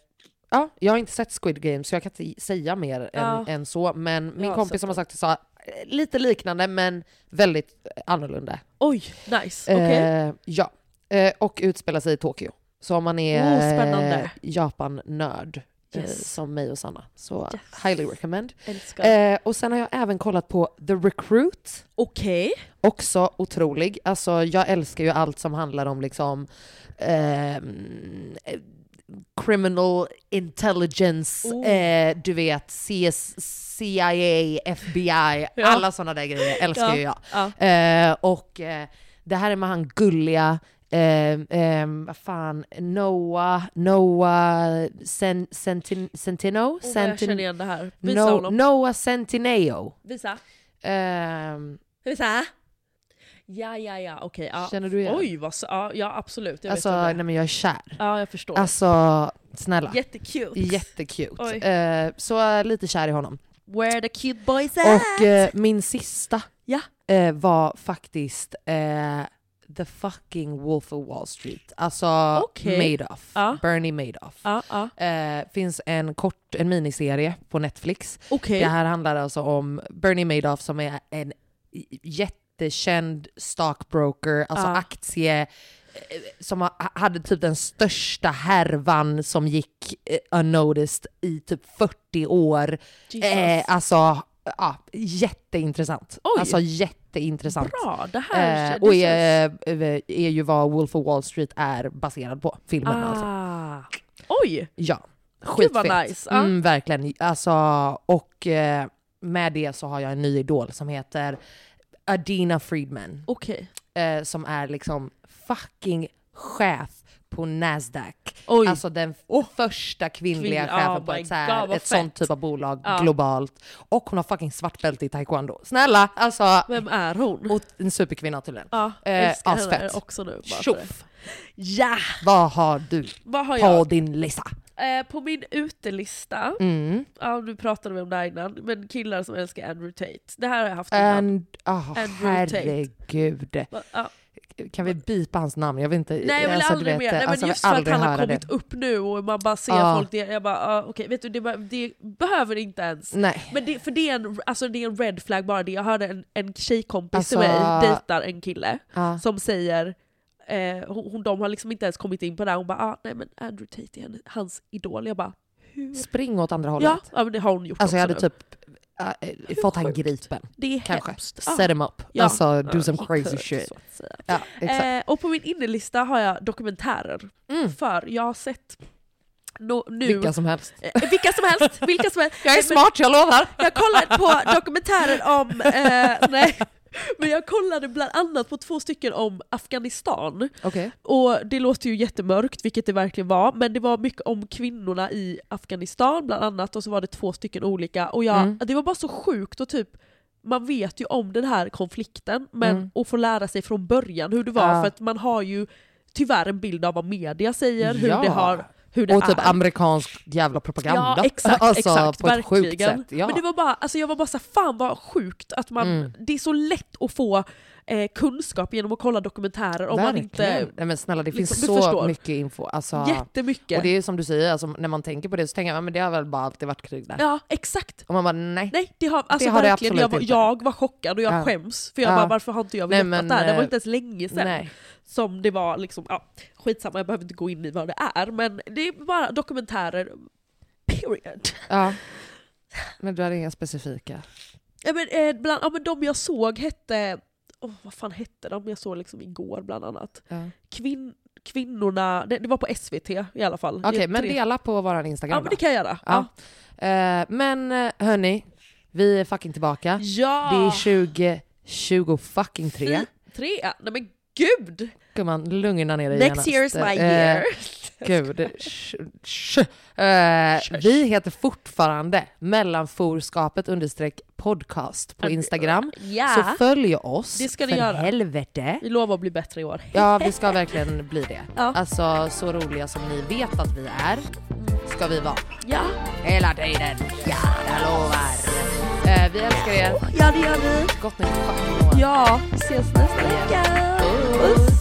ja, jag har inte sett Squid Game så jag kan inte säga mer
Ja.
än, än så. Men min
Jag har
kompis
sett
som har sagt det sa eh, lite liknande men väldigt eh, annorlunda.
Oj, nice. Okej.
Eh, ja. Eh, och utspelar sig i Tokyo. Så om man är
Oh, spännande.
eh, Japan-nörd eh,
Yes.
som mig och Sanna så
Yes.
highly recommend.
Älskar.
Eh, och sen har jag även kollat på The Recruit.
Okej.
Också otrolig. Alltså jag älskar ju allt som handlar om liksom ehm, eh, criminal intelligence,
Oh.
eh, du vet CS, CIA, FBI,
Ja.
alla sådana där grejer älskar
Ja,
ju jag.
ja. Oh,
Eh, och eh, det här är med han gulliga, ehm, ehm, vad fan, Noah, Noah Sen, Sentin, Sentino?
Åh, vad Oh, Jag
Sentin-
känner igen det här. Visa
no,
honom.
Noah Centineo.
Visa.
Ehm,
Visa. Ja, ja, ja, okej. ja.
Känner du igen?
Oj, vad så, ja, ja, absolut. Jag
alltså,
vet
nej
vem det är.
men jag är kär.
Ja, jag förstår.
Alltså, snälla.
Jättecute. Oj.
Jättecute. Eh, så jag är lite kär i honom.
Where the cute boys at?
Och eh, min sista
Ja.
eh, var faktiskt eh, The fucking Wolf of Wall Street. Alltså
Okej.
Madoff.
Ja.
Bernie Madoff.
ja, ja.
Eh, finns en kort, en miniserie på Netflix.
Okej.
Det här handlar alltså om Bernie Madoff som är en j- jättekänd stockbroker, alltså
Ja.
aktie eh, som ha- hade typ den största härvan som gick eh, unnoticed i typ 40 år.
Jesus.
Eh, alltså, ja, jätteintressant.
Oj.
Alltså jätteintressant.
Bra, det här
Eh,
känns-
och
det
är, eh, är ju vad Wolf of Wall Street är baserad på, filmen alltså.
Ah. Oj!
Ja,
Gud vad
skitfett.
nice, Ah. ja.
mm, verkligen. Alltså, och eh, med det så har jag en ny idol som heter Adina Friedman.
Okej.
Eh, som är liksom fucking chef på Nasdaq.
Oj.
Alltså den första kvinnliga
Kvinn-
chefen
oh
på
my
ett, så här,
God, vad
ett sånt
fett.
typ av bolag
Ja.
globalt. Och hon har fucking svart bälte i taekwondo. Snälla! Alltså,
Vem är hon?
och en superkvinna tydligen.
Ja,
Eh,
älskar henne
asfett.
också nu. bara för det.
Tjoff!
Ja!
Vad har du
Vad har
på
jag?
din lista?
Eh, på min utelista,
Mm.
ja, nu pratade vi om det här innan, men killar som älskar Andrew Tate. Det här har jag haft innan.
And, oh,
Andrew Tate.
herregud.
Va- ja.
Kan vi bipa hans namn? Jag vill inte...
Nej jag vill
eh, alltså, du
aldrig mer,
vet,
Nej,
alltså, jag
men
vill
just för att
aldrig
han har
höra det.
kommit upp nu och man bara ser
Ja.
folk, det, jag bara ah, okej, vet du det, be- det behöver inte ens.
Nej.
Men det, för det är, en, alltså, det är en red flag bara det, jag hörde en, en tjejkompis
Alltså-
till mig dejtar en kille
Ja.
som säger Eh, hon, hon- de har liksom inte ens kommit in på det här, hon bara ah, nej men Andrew Tate är henne- hans idol. Jag bara hur?
Spring åt andra hållet.
Ja, ja men det har hon gjort
Alltså jag
också
hade
nu.
typ äh, eh, fått han
sjukt?
gripen.
Det är
Kanske.
hemskt. Ja.
Set him up.
Ja.
Alltså do
Ja,
some
he
crazy
could,
shit.
så att säga.
Ja, exakt.
Eh, och på min innelista har jag dokumentärer.
Mm.
För jag har sett no, nu...
Vilka som helst.
Eh, vilka som helst! Vilka som helst.
Jag är
Nej, men
smart, jag lovar!
Jag kollade på dokumentärer om... Eh, nej. Men jag kollade bland annat på två stycken om Afghanistan.
Okej.
Och det låter ju jättemörkt, vilket det verkligen var, men det var mycket om kvinnorna i Afghanistan bland annat, och så var det två stycken olika. Och jag,
Mm.
Det var bara så sjukt, och typ man vet ju om den här konflikten, men
Mm.
att få lära sig från början hur det var,
Ja.
för att man har ju tyvärr en bild av vad media säger, hur
Ja.
det har hur det
Och typ
är.
amerikansk jävla propaganda.
Ja exakt,
alltså,
exakt
på ett
verkligen.
sjukt sätt. Ja.
Men det var bara, alltså jag var bara så här, fan vad sjukt att man,
Mm.
det är så lätt att få eh, kunskap genom att kolla dokumentärer om man inte...
Verkligen. Nej, men snälla, det finns
liksom, du
så
förstår.
mycket info. Alltså,
Jättemycket.
Och det är ju som du säger, alltså, när man tänker på det så tänker jag, "Ja, men det har väl bara alltid varit krig där.
Ja, exakt.
Och man bara, nej.
Nej, det har, alltså,
Det har det
verkligen,
absolut
jag, var,
inte.
jag var chockad och jag
Ja.
skäms. För jag
Ja.
bara, varför har inte jag
Nej,
vetat
men,
det här? Det var
eh,
inte ens länge sedan.
nej.
Som det var liksom, ja, skitsamma jag behöver inte gå in i vad det är. Men det är bara dokumentärer, period.
Ja. Men du hade inga specifika.
Ja, men, eh, bland, ja, men de jag såg hette, åh vad fan hette de jag såg liksom igår bland annat?
Ja.
Kvin, kvinnorna, det, det var på SVT i alla fall.
Okej, men
Tre-
dela på våran Instagram
Ja men
då.
det kan jag göra.
Ja. Eh, men eh, hörni, vi är fucking tillbaka.
Ja!
Det är 2020 fucking tre.
Fy- Tre? Nej men gud!
Gumman, lugna ner dig
Next
genast.
year's my
Eh,
year.
Gud. sh- sh- eh, vi heter fortfarande mellanforskapet understreck podcast på Instagram.
Ja.
Så följ oss.
Det ska ni
för
göra.
helvete.
Vi lovar att bli bättre i år.
Ja, vi ska verkligen bli det. Alltså så roliga som ni vet att vi är, ska vi vara.
Ja.
Hela tiden. Ja. Jag lovar. Eh, vi älskar er.
Ja det gör vi.
Gott nytt fucking år.
Ja, ses nästa vecka. Puss.